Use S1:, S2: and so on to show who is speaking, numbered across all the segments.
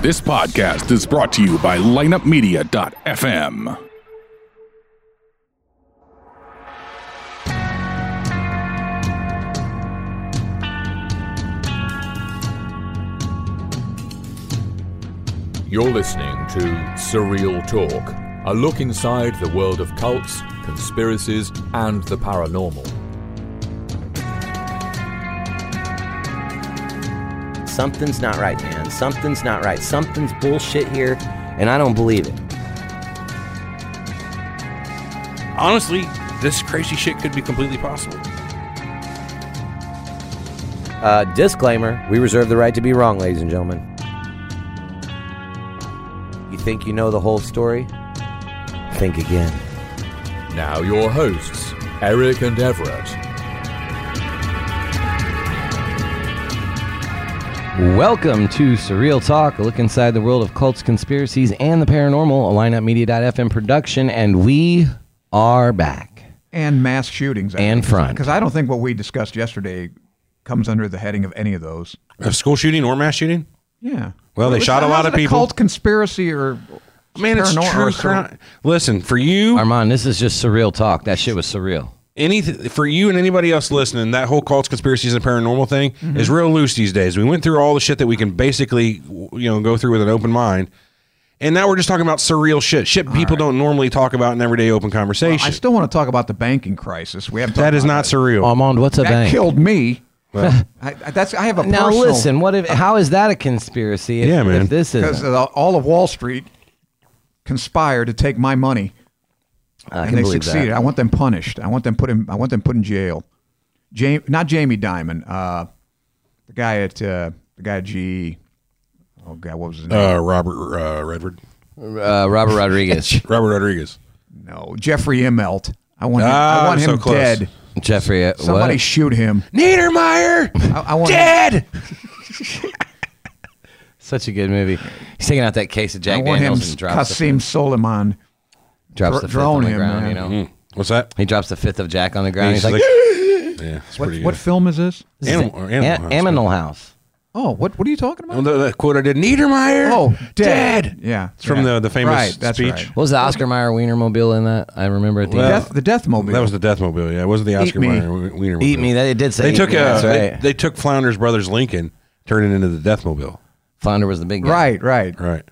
S1: This podcast is brought to you by lineupmedia.fm.
S2: You're listening to Surreal Talk, a look inside the world of cults, conspiracies, and the paranormal.
S3: Something's not right, man. Something's not right. Something's bullshit here, and I don't believe it.
S4: Honestly, this crazy shit could be completely possible.
S3: Uh, disclaimer we reserve the right to be wrong, ladies and gentlemen. You think you know the whole story? Think again.
S2: Now, your hosts, Eric and Everett.
S3: Welcome to Surreal Talk, a look inside the world of cults, conspiracies, and the paranormal, a lineupmedia.fm production, and we are back.
S5: and mass shootings
S3: And front.
S5: Because I don't think what we discussed yesterday comes under the heading of any of those.
S4: A school shooting or mass shooting?
S5: Yeah.
S4: Well, they
S5: It's-
S4: shot a
S5: how's
S4: lot of
S5: it
S4: people.
S5: Cult conspiracy or
S4: Man, it's
S5: paranormal
S4: true
S5: or
S4: crime. Listen, for you,
S3: Armand, this is just surreal talk. That shit was surreal.
S4: any for you and anybody else listening, that whole cults, conspiracies, and paranormal thing
S5: Mm-hmm.
S4: is real loose these days. We went through all the shit that we can basically, you know, go through with an open mind, and now we're just talking about surreal shit, shit people don't normally talk about in everyday open conversation.
S5: I still want to talk about the banking crisis. We haven't.
S4: that
S5: talked
S4: is
S5: about Um,
S4: not surreal.
S3: Armand, what's a
S5: That
S3: bank?
S5: killed me. I, I- that's I have a
S3: Now
S5: personal,
S3: listen, what if? How is that a conspiracy? If,
S4: Yeah, man.
S3: If this
S5: because uh,
S3: is,
S5: all of Wall Street conspired to take my money,
S3: I
S5: and
S3: can
S5: they
S3: believe
S5: succeeded. I
S3: that.
S5: want them punished. I want them put in. I want them put in jail. Jamie, not Jamie Dimon. Uh, the guy at uh, the guy at GE. Oh God, what was his name?
S4: uh, Robert uh, Redford,
S3: Uh, Robert Rodriguez,
S4: Robert Rodriguez.
S5: No, Jeffrey Immelt. I want him,
S4: Ah,
S5: I want
S4: I'm so
S5: him
S4: close.
S5: dead.
S3: Jeffrey. uh,
S5: Somebody
S3: what?
S5: shoot him.
S4: Niedermeyer,
S5: I, I want Him,
S4: dead.
S3: Such a good movie. He's taking out that case of
S5: I
S3: Jack
S5: want him.
S3: Daniels and drops the,
S5: Kasim Soleiman. dr-
S3: drops the fifth
S5: drone
S3: on the
S5: him,
S3: ground.
S5: man.
S3: You know,
S4: Hmm. What's that?
S3: he drops the fifth of Jack on the ground. He's,
S4: He's
S3: like,
S4: like, yeah, it's
S5: What,
S4: pretty
S5: what
S4: good.
S5: film is this?
S4: Animal, or Animal
S3: An-
S4: House.
S3: Animal House.
S5: Oh, what what are you talking
S4: Oh,
S5: about?
S4: the, the quote I did, Niedermeyer.
S5: Oh, dead.
S4: dead.
S5: Yeah,
S4: It's from
S5: yeah.
S4: the, the famous
S5: Right, that's
S4: speech.
S5: right.
S3: What was the Oscar Mayer Wienermobile in that? I remember at the
S4: Well,
S3: end.
S5: Death, the death mobile.
S4: That was the Death Mobile. Yeah, it wasn't the Oscar
S5: Me.
S4: Mayer Wiener.
S3: Eat Me. That it did say.
S4: They
S3: Eat
S4: took
S3: Me,
S4: a,
S3: That's
S4: they,
S3: right.
S4: they took Flounder's brother's Lincoln, turned it into the Death Mobile.
S3: Flounder was the big guy.
S5: right, right.
S4: Right.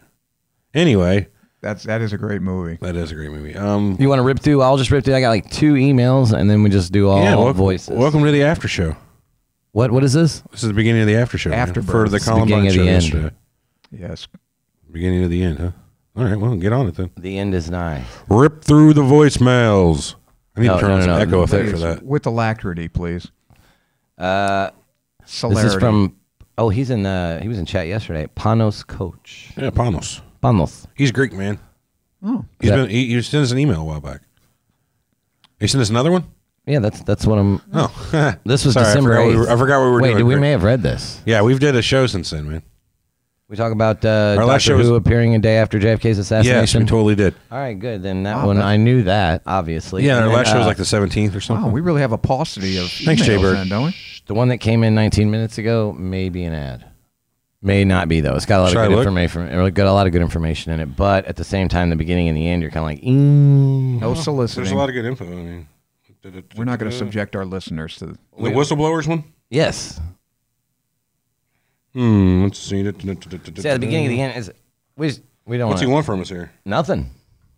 S4: Anyway,
S5: That's that is a great movie.
S4: that is a great movie. Um,
S3: You want to rip through? I'll just rip through. I got like two emails, and then we just do all
S4: yeah. Welcome,
S3: voices.
S4: welcome to the after show.
S3: What? What is this?
S4: This is the beginning of the after show. man,
S5: Afterbirth.
S4: for the
S5: It's
S3: the
S4: Columbine
S3: beginning of
S4: show
S3: the end.
S4: yesterday.
S5: Yes.
S4: Beginning of the end, huh? All right. Well, get on it then.
S3: The end is nigh.
S4: Rip through the voicemails. I need
S3: No,
S4: to turn
S3: no,
S4: on
S3: no,
S4: some
S3: no.
S4: echo effect for
S5: Please,
S4: that.
S5: With alacrity, please.
S3: Uh,
S5: Celerity.
S3: This is from oh he's in uh he was in chat yesterday. Panos coach.
S4: Yeah, Panos.
S3: Panos.
S4: He's Greek, man.
S5: Oh,
S4: He's
S3: Yeah.
S4: been. He, he sent us an email a while back. He sent us another one.
S3: Yeah, that's that's what I'm.
S4: Oh,
S3: This was
S4: Sorry, I
S3: December
S4: forgot we
S3: 8th.
S4: were- I forgot we were
S3: Wait,
S4: doing
S3: did we
S4: Greek.
S3: may have read this.
S4: yeah, we've did a show since then, man.
S3: We talk about uh,
S4: Our last
S3: Doctor
S4: show was-
S3: Who appearing a day after JFK's
S4: Yes,
S3: assassination.
S4: we totally did.
S3: All right, good. Then that
S5: Wow,
S3: one
S5: that-
S3: I knew that obviously.
S4: Yeah,
S3: And
S4: our
S3: then,
S4: last show was
S3: uh,
S4: like the seventeenth or something.
S5: wow. We really have a paucity of
S4: Thanks, Jay
S5: emails
S4: Bird.
S5: then, don't we?
S3: the one that came in 19 minutes ago may be an ad. May not be though. It's got a lot
S4: Should I
S3: of good
S4: look?
S3: information. Or got a lot of good information in it, but at the same time, the beginning and the end, you're kind of like, mm.
S5: No
S4: There's
S5: soliciting.
S4: a lot of good info. I mean,
S5: We're not going to subject our listeners to.
S4: uh, the whistleblowers one.
S3: yes.
S4: Hmm. Let's see. See, at
S3: See, at the beginning of the end is we just, we don't
S4: What's he
S3: wanna-
S4: want from us here?
S3: Nothing.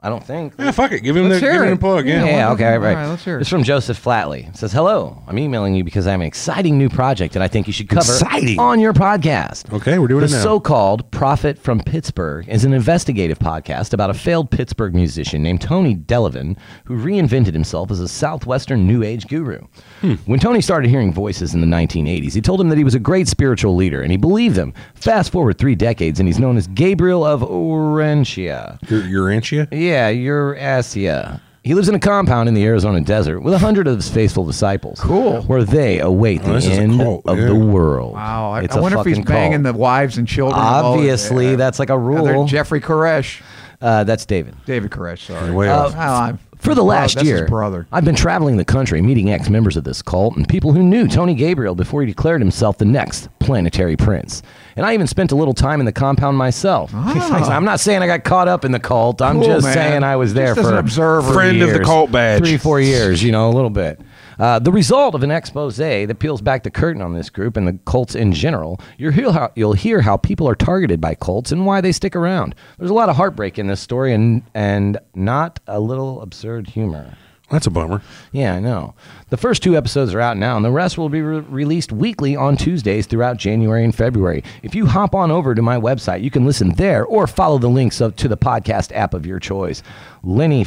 S3: I don't think.
S4: Yeah, fuck it. Give him the
S5: Let's
S4: give
S5: hear
S4: him
S5: it.
S4: the plug. Yeah.
S3: Yeah, okay, right, right.
S5: All right, let's hear it.
S3: It's from Joseph Flatley. It says, Hello, I'm emailing you because I have an exciting new project that I think you should cover
S4: Exciting.
S3: on your podcast.
S4: Okay, we're doing
S3: The
S4: it now.
S3: so called Prophet from Pittsburgh is an investigative podcast about a failed Pittsburgh musician named Tony Delavan who reinvented himself as a Southwestern New Age guru.
S4: Hmm.
S3: When Tony started hearing voices in the 1980s, he told him that he was a great spiritual leader and he believed them. Fast forward three decades and he's known as Gabriel of Orentia.
S4: Your, your Antia?
S3: Yeah, you're Asia. He lives in a compound in the Arizona desert with a hundred of his faithful disciples.
S5: Cool.
S3: Where they await the
S4: Oh, this is a
S3: end
S4: cult,
S3: of
S4: yeah.
S3: the world.
S5: Wow, I,
S3: It's
S5: I
S3: a
S5: wonder if he's
S3: fucking
S5: banging
S3: cult.
S5: the wives and children. of all-
S3: Obviously, that's like a
S5: Yeah, they're
S3: rule.
S5: Jeffrey Koresh,
S3: uh, that's David.
S5: David Koresh. Sorry,
S4: Way
S5: Oh,
S4: off.
S5: I'm-
S3: Uh, For the last
S5: that's his
S3: year,
S5: brother.
S3: I've been traveling the country meeting ex members of this cult and people who knew Tony Gabriel before he declared himself the next planetary prince. And I even spent a little time in the compound myself.
S5: Ah.
S3: I'm not saying I got caught up in the cult. I'm
S5: Cool,
S3: just
S5: man.
S3: saying I was there
S5: Just as
S3: for
S5: an observer.
S4: Friend of the
S3: years.
S4: cult badge.
S3: Three, four years, you know, a little bit. Uh, the result of an expose that peels back the curtain on this group and the cults in general, you'll hear, how, you'll hear how people are targeted by cults and why they stick around. There's a lot of heartbreak in this story and, and not a little absurd humor.
S4: That's a bummer.
S3: Yeah, I know. The first two episodes are out now, and the rest will be re- released weekly on Tuesdays throughout January and February. If you hop on over to my website, you can listen there or follow the links up to the podcast app of your choice,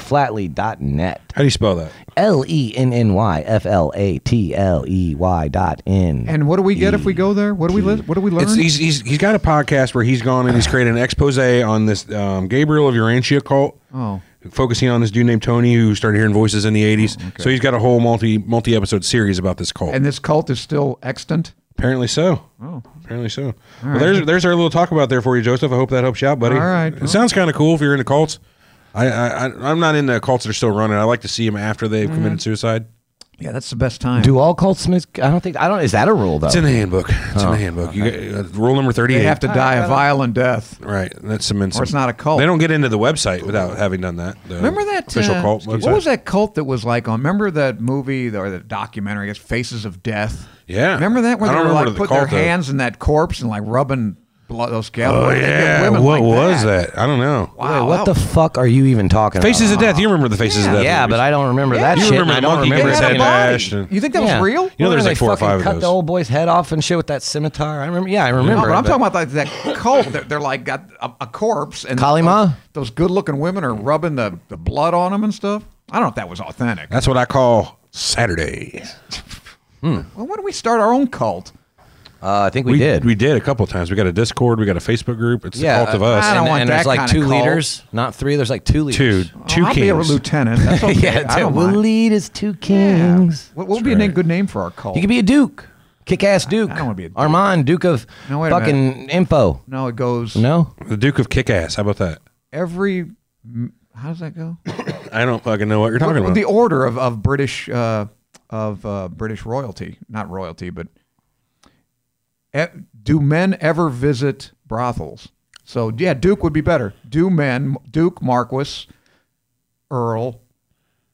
S3: lennyflatley.net.
S4: How do you spell that?
S3: L E N N Y F L A T L E Y dot N.
S5: And what do we get if we go there? What do we li- what do we learn?
S4: It's, he's, he's, he's got a podcast where he's gone and he's created an expose on this um, Gabriel of Urantia cult.
S5: Oh.
S4: Focusing on this dude named Tony who started hearing voices in the 80s. So he's got a whole multi multi episode series about this cult.
S5: Oh, and this cult is still extant.
S4: Apparently so. Oh. Apparently so. Well, there's there's our little talk about there for you, Joseph. I hope that helps you out, buddy.
S5: All right.
S4: It sounds kind of cool if you're into cults. I, I I- I'm not into cults that are still running. I like to see them after they've
S5: Mm-hmm.
S4: committed suicide.
S5: Yeah, that's the best time.
S3: Do all cults mis- I don't think, I don't, is that a rule though?
S4: It's in the handbook. It's in the handbook. You got, uh, rule number thirty-eight.
S5: Oh, they have to die a violent death.
S4: Right. and That cements.
S5: Or it's
S4: them.
S5: not a cult.
S4: They don't get into the website without having done that. the
S5: Oh. Remember that
S4: official
S5: uh,
S4: cult
S5: What
S4: website.
S5: was that cult that was like on? Remember that movie or the documentary? It's Faces of Death.
S4: Yeah.
S5: Remember that where
S4: I
S5: they
S4: don't
S5: were
S4: remember
S5: like
S4: the
S5: put their
S4: cult, though.
S5: hands in that corpse and like rubbing blood, those
S4: Oh
S5: scalpels. They get
S4: yeah. What
S5: women like
S4: was that? I don't know.
S5: Wow,
S3: Wait, what
S5: that-
S3: the fuck are you even talking
S4: Faces
S3: about?
S4: of Death. You remember the Faces of Death?
S3: Yeah,
S4: movies.
S3: but I don't remember that
S5: You
S3: shit.
S4: remember
S3: and
S4: the
S3: I don't
S4: monkey
S3: remember
S4: getting
S5: They had
S3: saying
S5: a
S4: Ted
S3: that.
S5: body.
S4: Ash and-
S5: You think that was real?
S4: You know,
S3: Remember
S4: there's
S3: they
S4: like four or
S3: fucking
S4: five of
S3: cut
S4: those.
S3: the old boy's head off and shit with that scimitar. I remember. Yeah, I
S5: No,
S3: remember.
S5: but I'm
S3: but-
S5: talking about like that cult. They're, they're like got a, a corpse and
S3: Kalima?
S5: Those, good-looking women are rubbing the, the blood on them and stuff. I don't know if that was authentic.
S4: That's what I call Saturday.
S5: Well, why don't we start our own cult?
S3: Uh, I think we, did.
S4: We did a couple of times. We got a Discord. We got a Facebook group. It's
S3: yeah,
S4: the cult of
S3: uh,
S4: us.
S5: I don't
S3: And,
S5: want
S3: and
S5: that
S3: there's like
S5: kinda
S3: two
S5: cult.
S3: leaders, not three. There's like two leaders.
S4: Two, two
S5: Oh, I'll be a
S4: kings.
S5: lieutenant. That's okay.
S3: yeah,
S5: I
S3: two,
S5: don't
S3: we'll
S5: mind.
S3: lead as two kings.
S5: What, what would be a name, good name for our cult?
S3: You could be a duke, kick-ass duke.
S5: I don't wanna be a duke.
S3: Armand, Duke of
S5: No, wait a
S3: fucking info.
S5: no, it goes
S3: No,
S4: The Duke of Kickass. How about that?
S5: every. m- How does that go?
S4: I don't fucking know what you're talking about.
S5: the order of of British uh, of uh, British royalty, not royalty, but Eh, do men ever visit brothels? So yeah, Duke would be better. Do men, Duke, Marquis, Earl,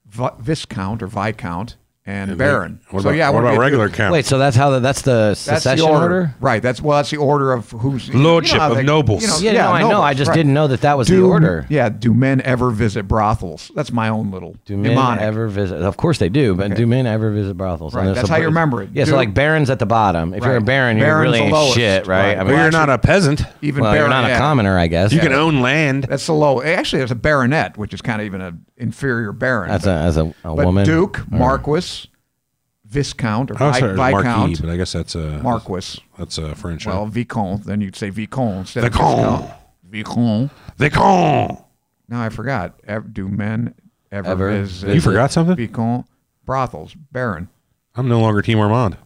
S5: Vi- Viscount or Viscount, and Baron.
S4: What
S5: so
S4: about,
S5: yeah, I
S4: what
S5: wanna be
S4: about
S5: a
S4: regular
S5: Duke.
S4: count?
S3: wait. So that's how the, that's the
S5: That's
S3: succession
S5: the
S3: order.
S5: order. right? That's well, that's the order of who's you
S4: Lordship
S5: how
S4: of nobles.
S3: Yeah, no, I know. I just didn't know that that was the
S5: Do-
S3: order.
S5: Yeah, do men ever visit brothels? That's my own little
S3: Do men
S5: mnemonic.
S3: ever visit? Of course they do, but do men ever visit brothels? And
S5: Right,
S3: there's
S5: that's
S3: a-
S5: how you remember it.
S3: Yeah, so
S5: Do-
S3: like barons at the bottom. If you're a
S5: Right.
S3: baron, you
S5: Baron's
S3: really
S5: the
S3: ain't
S5: lowest,
S3: shit, right?
S5: right.
S3: I mean,
S4: well, you're not a peasant.
S5: Even
S3: well,
S5: baron,
S3: you're not a
S5: yeah.
S3: commoner, I guess.
S4: You can own land.
S5: That's the low. Actually, there's a baronet, which is kind of even an inferior baron.
S3: That's a,
S5: but,
S3: as a, a
S5: but
S3: woman.
S5: Duke,
S3: Or-
S5: Marquis, Viscount, or
S4: I
S5: Vi-
S4: also heard Marquis,
S5: Viscount,
S4: but I guess that's a
S5: Marquis.
S4: That's a French.
S5: Well,
S4: Well,
S5: Vicomte. Then you'd say Vicomte instead
S4: Vicomte.
S5: of Viscount. Vicomte.
S4: they call.
S5: No, I forgot. Ev- do men ever,
S3: Ever
S5: visit?
S4: You forgot something?
S5: Vicomte brothels, baron.
S4: I'm no longer Team Armand.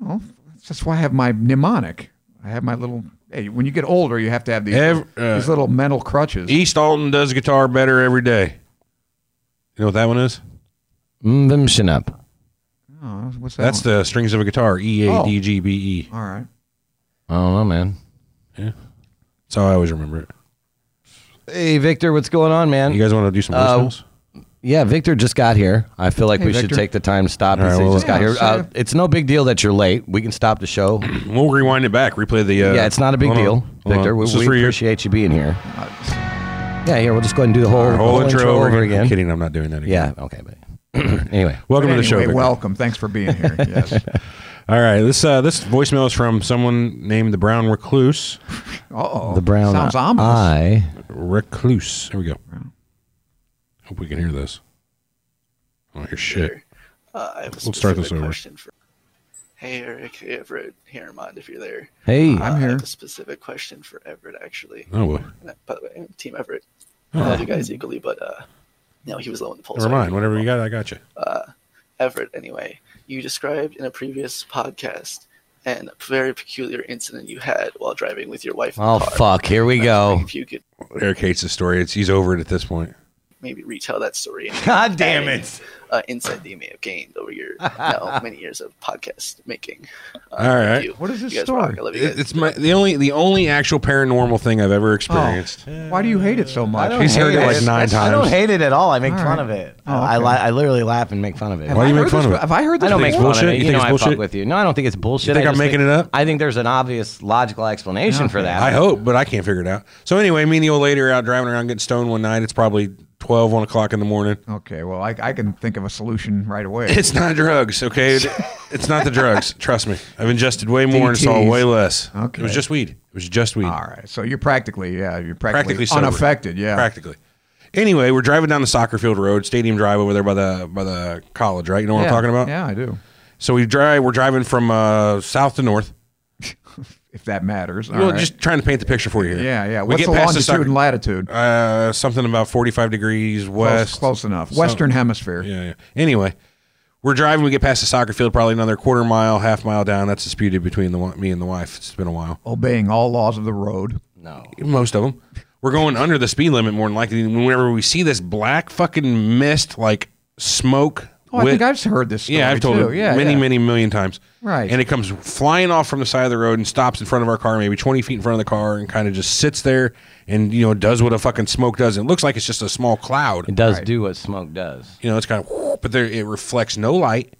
S5: Well, that's why I have my mnemonic. I have my little. Hey, when you get older, you have to have these,
S4: Ev- uh, e-
S5: these little mental crutches.
S4: East Alton does guitar better every day. You know what that one is?
S3: Mm, Mbimshinup.
S5: oh, what's that?
S4: That's
S5: one?
S4: the strings of a guitar. E A D G B E.
S5: All right.
S3: I don't know, man.
S4: That's how I always remember it.
S3: Hey, Victor, what's going on, man?
S4: You guys want to do some voicemails?
S3: yeah, Victor just got here. I feel like
S5: Hey,
S3: we should
S5: Victor.
S3: take the time to stop and
S4: right,
S3: see he
S4: well,
S3: just got
S5: yeah,
S3: here.
S5: sure.
S3: Uh, it's no big deal that you're late. We can stop the show.
S4: We'll rewind it back. Replay the. Uh,
S3: yeah, it's not a big
S4: hold on,
S3: deal,
S4: hold on.
S3: Victor. We,
S4: This is
S3: we
S4: for your-
S3: appreciate you being here.
S5: Uh,
S3: Yeah, here, we'll just go ahead and do the whole,
S4: Our whole intro,
S3: over, again.
S4: I'm kidding, I'm not doing that again.
S3: Yeah, okay, buddy. anyway.
S4: Welcome
S5: But
S4: to the show.
S5: anyway,
S4: Victor.
S5: welcome. Thanks for being here. Yes.
S4: All right, this uh, this voicemail is from someone named the Brown Recluse.
S5: Oh,
S3: The brown
S5: sounds ominous.
S3: eye.
S4: Recluse. Here we go. Hope we can hear this. I don't hear shit.
S6: Uh, I have a
S4: Let's start
S6: specific
S4: this over.
S6: Question for, hey, Eric. Hey, Everett. Hey, Armand, if you're there.
S4: Hmm.
S3: Hey,
S6: Uh, I
S5: here.
S6: have a specific question for Everett, actually.
S4: Oh boy.
S6: And, uh, By the way, Team Everett. I love you guys equally, but uh, no, he was low in the polls.
S4: Never mind. Whatever you got, I got you.
S6: Everett, anyway, you described in a previous podcast an very peculiar incident you had while driving with your wife. in the
S3: Oh
S6: car.
S3: fuck! Here we go.
S6: If you could
S4: Eric hates the story. It's he's over it at this point.
S6: maybe retell that story. and
S3: God damn
S6: adding,
S3: it.
S6: Uh, insight that you may have gained over your now many years of podcast making. Uh,
S4: All right.
S6: you.
S5: What is this
S6: You guys
S5: story?
S6: rock. I love you guys.
S4: It- It's my the only the only actual paranormal thing I've
S5: Oh.
S4: ever experienced.
S5: Why do you hate it so much?
S4: He's heard it like nine
S3: I don't
S4: times.
S3: hate it at all. I make
S5: All
S3: fun
S5: right.
S3: of it.
S5: Oh, okay.
S3: I, li- I literally laugh and make fun of it.
S4: Why do
S5: Have
S4: you
S5: I
S4: make
S5: heard
S4: fun
S5: this
S4: of
S5: be-
S4: it?
S5: Have I heard
S3: I
S5: this?
S3: don't
S4: think
S3: make
S4: it's
S5: before?
S3: fun
S4: bullshit?
S3: of it.
S4: You
S3: You,
S4: think
S3: know,
S4: it's
S3: I fuck
S4: bullshit?
S3: with you. No, I don't think it's bullshit.
S4: think
S3: I
S4: I'm
S3: just
S4: making it up?
S3: I think there's an obvious logical explanation for that.
S4: I hope, but I can't figure it out. So anyway, me and the old lady are out driving around getting stoned one night. It's probably 12, 1 o'clock in the morning.
S5: Okay, well, I, I can think of a solution right away.
S4: It's not drugs, okay? It- it's not the drugs. Trust me. I've ingested way more and saw
S5: DTs.
S4: way less.
S5: Okay.
S4: It was just weed. It was just weed.
S5: All right, so you're practically, yeah, you're practically,
S4: Practically sober.
S5: unaffected, yeah.
S4: Practically. Anyway, we're driving down the soccer field road, Stadium Drive over there by the by the college, right? You know what
S5: yeah.
S4: I'm talking about?
S5: Yeah, I do.
S4: So we drive. We're driving from uh, south to north.
S5: If that matters. All
S4: well,
S5: right.
S4: just trying to paint the picture for you here.
S5: yeah, yeah.
S4: We
S5: What's
S4: get
S5: the
S4: past
S5: longitude
S4: the soccer,
S5: and latitude?
S4: uh, something about 45 degrees
S5: Close,
S4: west.
S5: close enough.
S4: So-
S5: Western Hemisphere.
S4: Yeah, yeah. Anyway, we're driving. We get past the soccer field, probably another quarter mile, half mile down. That's disputed between the one- me and the wife. It's been a while.
S5: Obeying all laws of the road.
S3: No.
S4: Most of them. We're going under the speed limit more than likely. And Whenever we see this black fucking mist, like smoke.
S5: Oh, I
S4: with-
S5: think I've heard this story
S4: yeah, I've told
S5: too.
S4: it
S5: Yeah,
S4: many,
S5: yeah.
S4: many million times.
S5: Right.
S4: And it comes flying off from the side of the road and stops in front of our car, maybe 20 feet in front of the car, and kind of just sits there and, you know, does what a fucking smoke does. It looks like it's just a small cloud.
S3: It does do what smoke does.
S4: You know, it's kind of, but there, it reflects no light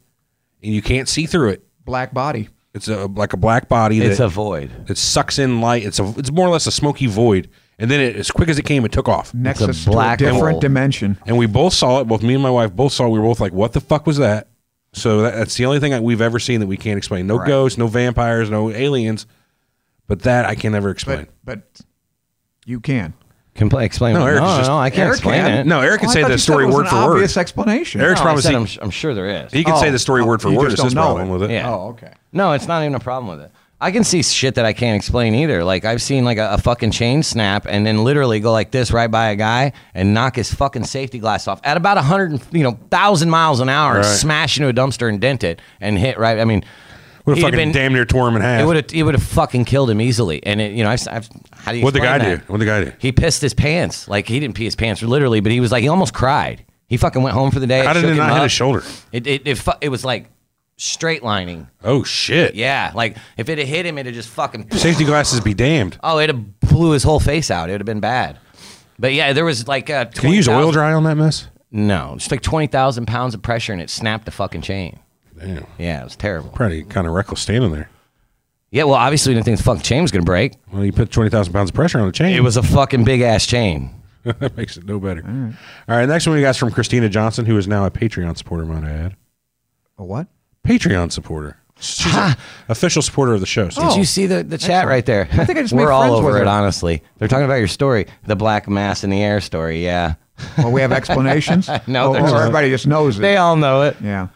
S4: and you can't see through it.
S5: Black body.
S4: It's a, like a black body
S3: It's a
S4: that,
S3: void.
S4: that sucks in light. It's a, it's more or less a smoky void. And then it, as quick as it came, it took off.
S5: Nexus to a
S3: black
S5: different
S3: hole.
S5: dimension.
S4: And we both saw it. Both me and my wife both saw. it. We were both like, "What the fuck was that?" So that, that's the only thing that we've ever seen that we can't explain. No
S5: Right.
S4: ghosts, no vampires, no aliens. But that I can never explain.
S5: But but you can.
S3: Can play, explain.
S4: No,
S3: what-
S4: Eric's
S3: no,
S4: just-
S3: no, I can't
S5: Eric
S3: explain
S5: can.
S3: it.
S4: no, Eric can
S5: Oh, I
S4: say
S5: thought you
S4: the
S5: said
S4: story
S5: it was
S4: word
S5: an
S4: for
S5: obvious
S4: word.
S5: explanation.
S4: Eric's
S3: No, I
S4: promised
S3: said
S4: he-
S3: I'm, sh- I'm sure there is.
S4: He can say
S5: Oh,
S4: the story
S5: oh,
S4: word for
S5: you
S4: word.
S5: just
S4: Is his
S5: don't know
S4: problem
S5: it.
S4: with it?
S3: Yeah.
S5: Oh, okay.
S3: No, it's not even a problem with it. I can see shit that I can't explain either. Like I've seen like a, a fucking chain snap and then literally go like this right by a guy and knock his fucking safety glass off at about a hundred and you know thousand miles an hour, and
S4: Right.
S3: smash into a dumpster and dent it and hit right. I mean,
S4: Would have
S3: he'd
S4: fucking
S3: been-
S4: damn near tore him in half.
S3: It would have it would have fucking killed him easily. And it, you know, I've, I've how do you?
S4: What'd the
S3: explain
S4: guy
S3: that?
S4: do? What'd the guy do?
S3: He pissed his pants. Like he didn't pee his pants literally, but he was like he almost cried. He fucking went home for the day.
S4: How
S3: It
S4: did
S3: shook
S4: it
S3: him
S4: not hit
S3: up.
S4: his shoulder?
S3: It it it, fu- it was like straight lining.
S4: Oh shit!
S3: Yeah, like if it had hit him, it'd have just fucking.
S4: Safety glasses be damned.
S3: Oh, it have blew his whole face out. It would have been bad. But yeah, there was like uh, 20,
S4: Can you use oil dry on that mess?
S3: No, it's like twenty thousand pounds of pressure, and it snapped the fucking chain.
S4: Damn,
S3: Yeah, it was terrible.
S4: probably kind of reckless standing there.
S3: Yeah, well, obviously we didn't think the fucking chain was gonna break.
S4: Well, you put twenty thousand pounds of pressure on the chain.
S3: It was a fucking big ass chain.
S4: that makes it no better. All right. next one we got is from Christina Johnson, who is now a Patreon supporter, might I add.
S5: A what?
S4: Patreon supporter. She's an official supporter of the show. So
S3: Did you see the, the chat right there? I
S5: think Oh, I just
S3: We're
S5: made
S3: all
S5: friends with
S3: over it,
S5: her.
S3: honestly. They're talking about your story, the black mass in the air story. Yeah,
S5: Well, we have explanations.
S3: No,
S5: Oh,
S3: there's
S5: oh,
S3: not.
S5: everybody just knows it.
S3: they all know it.
S5: yeah.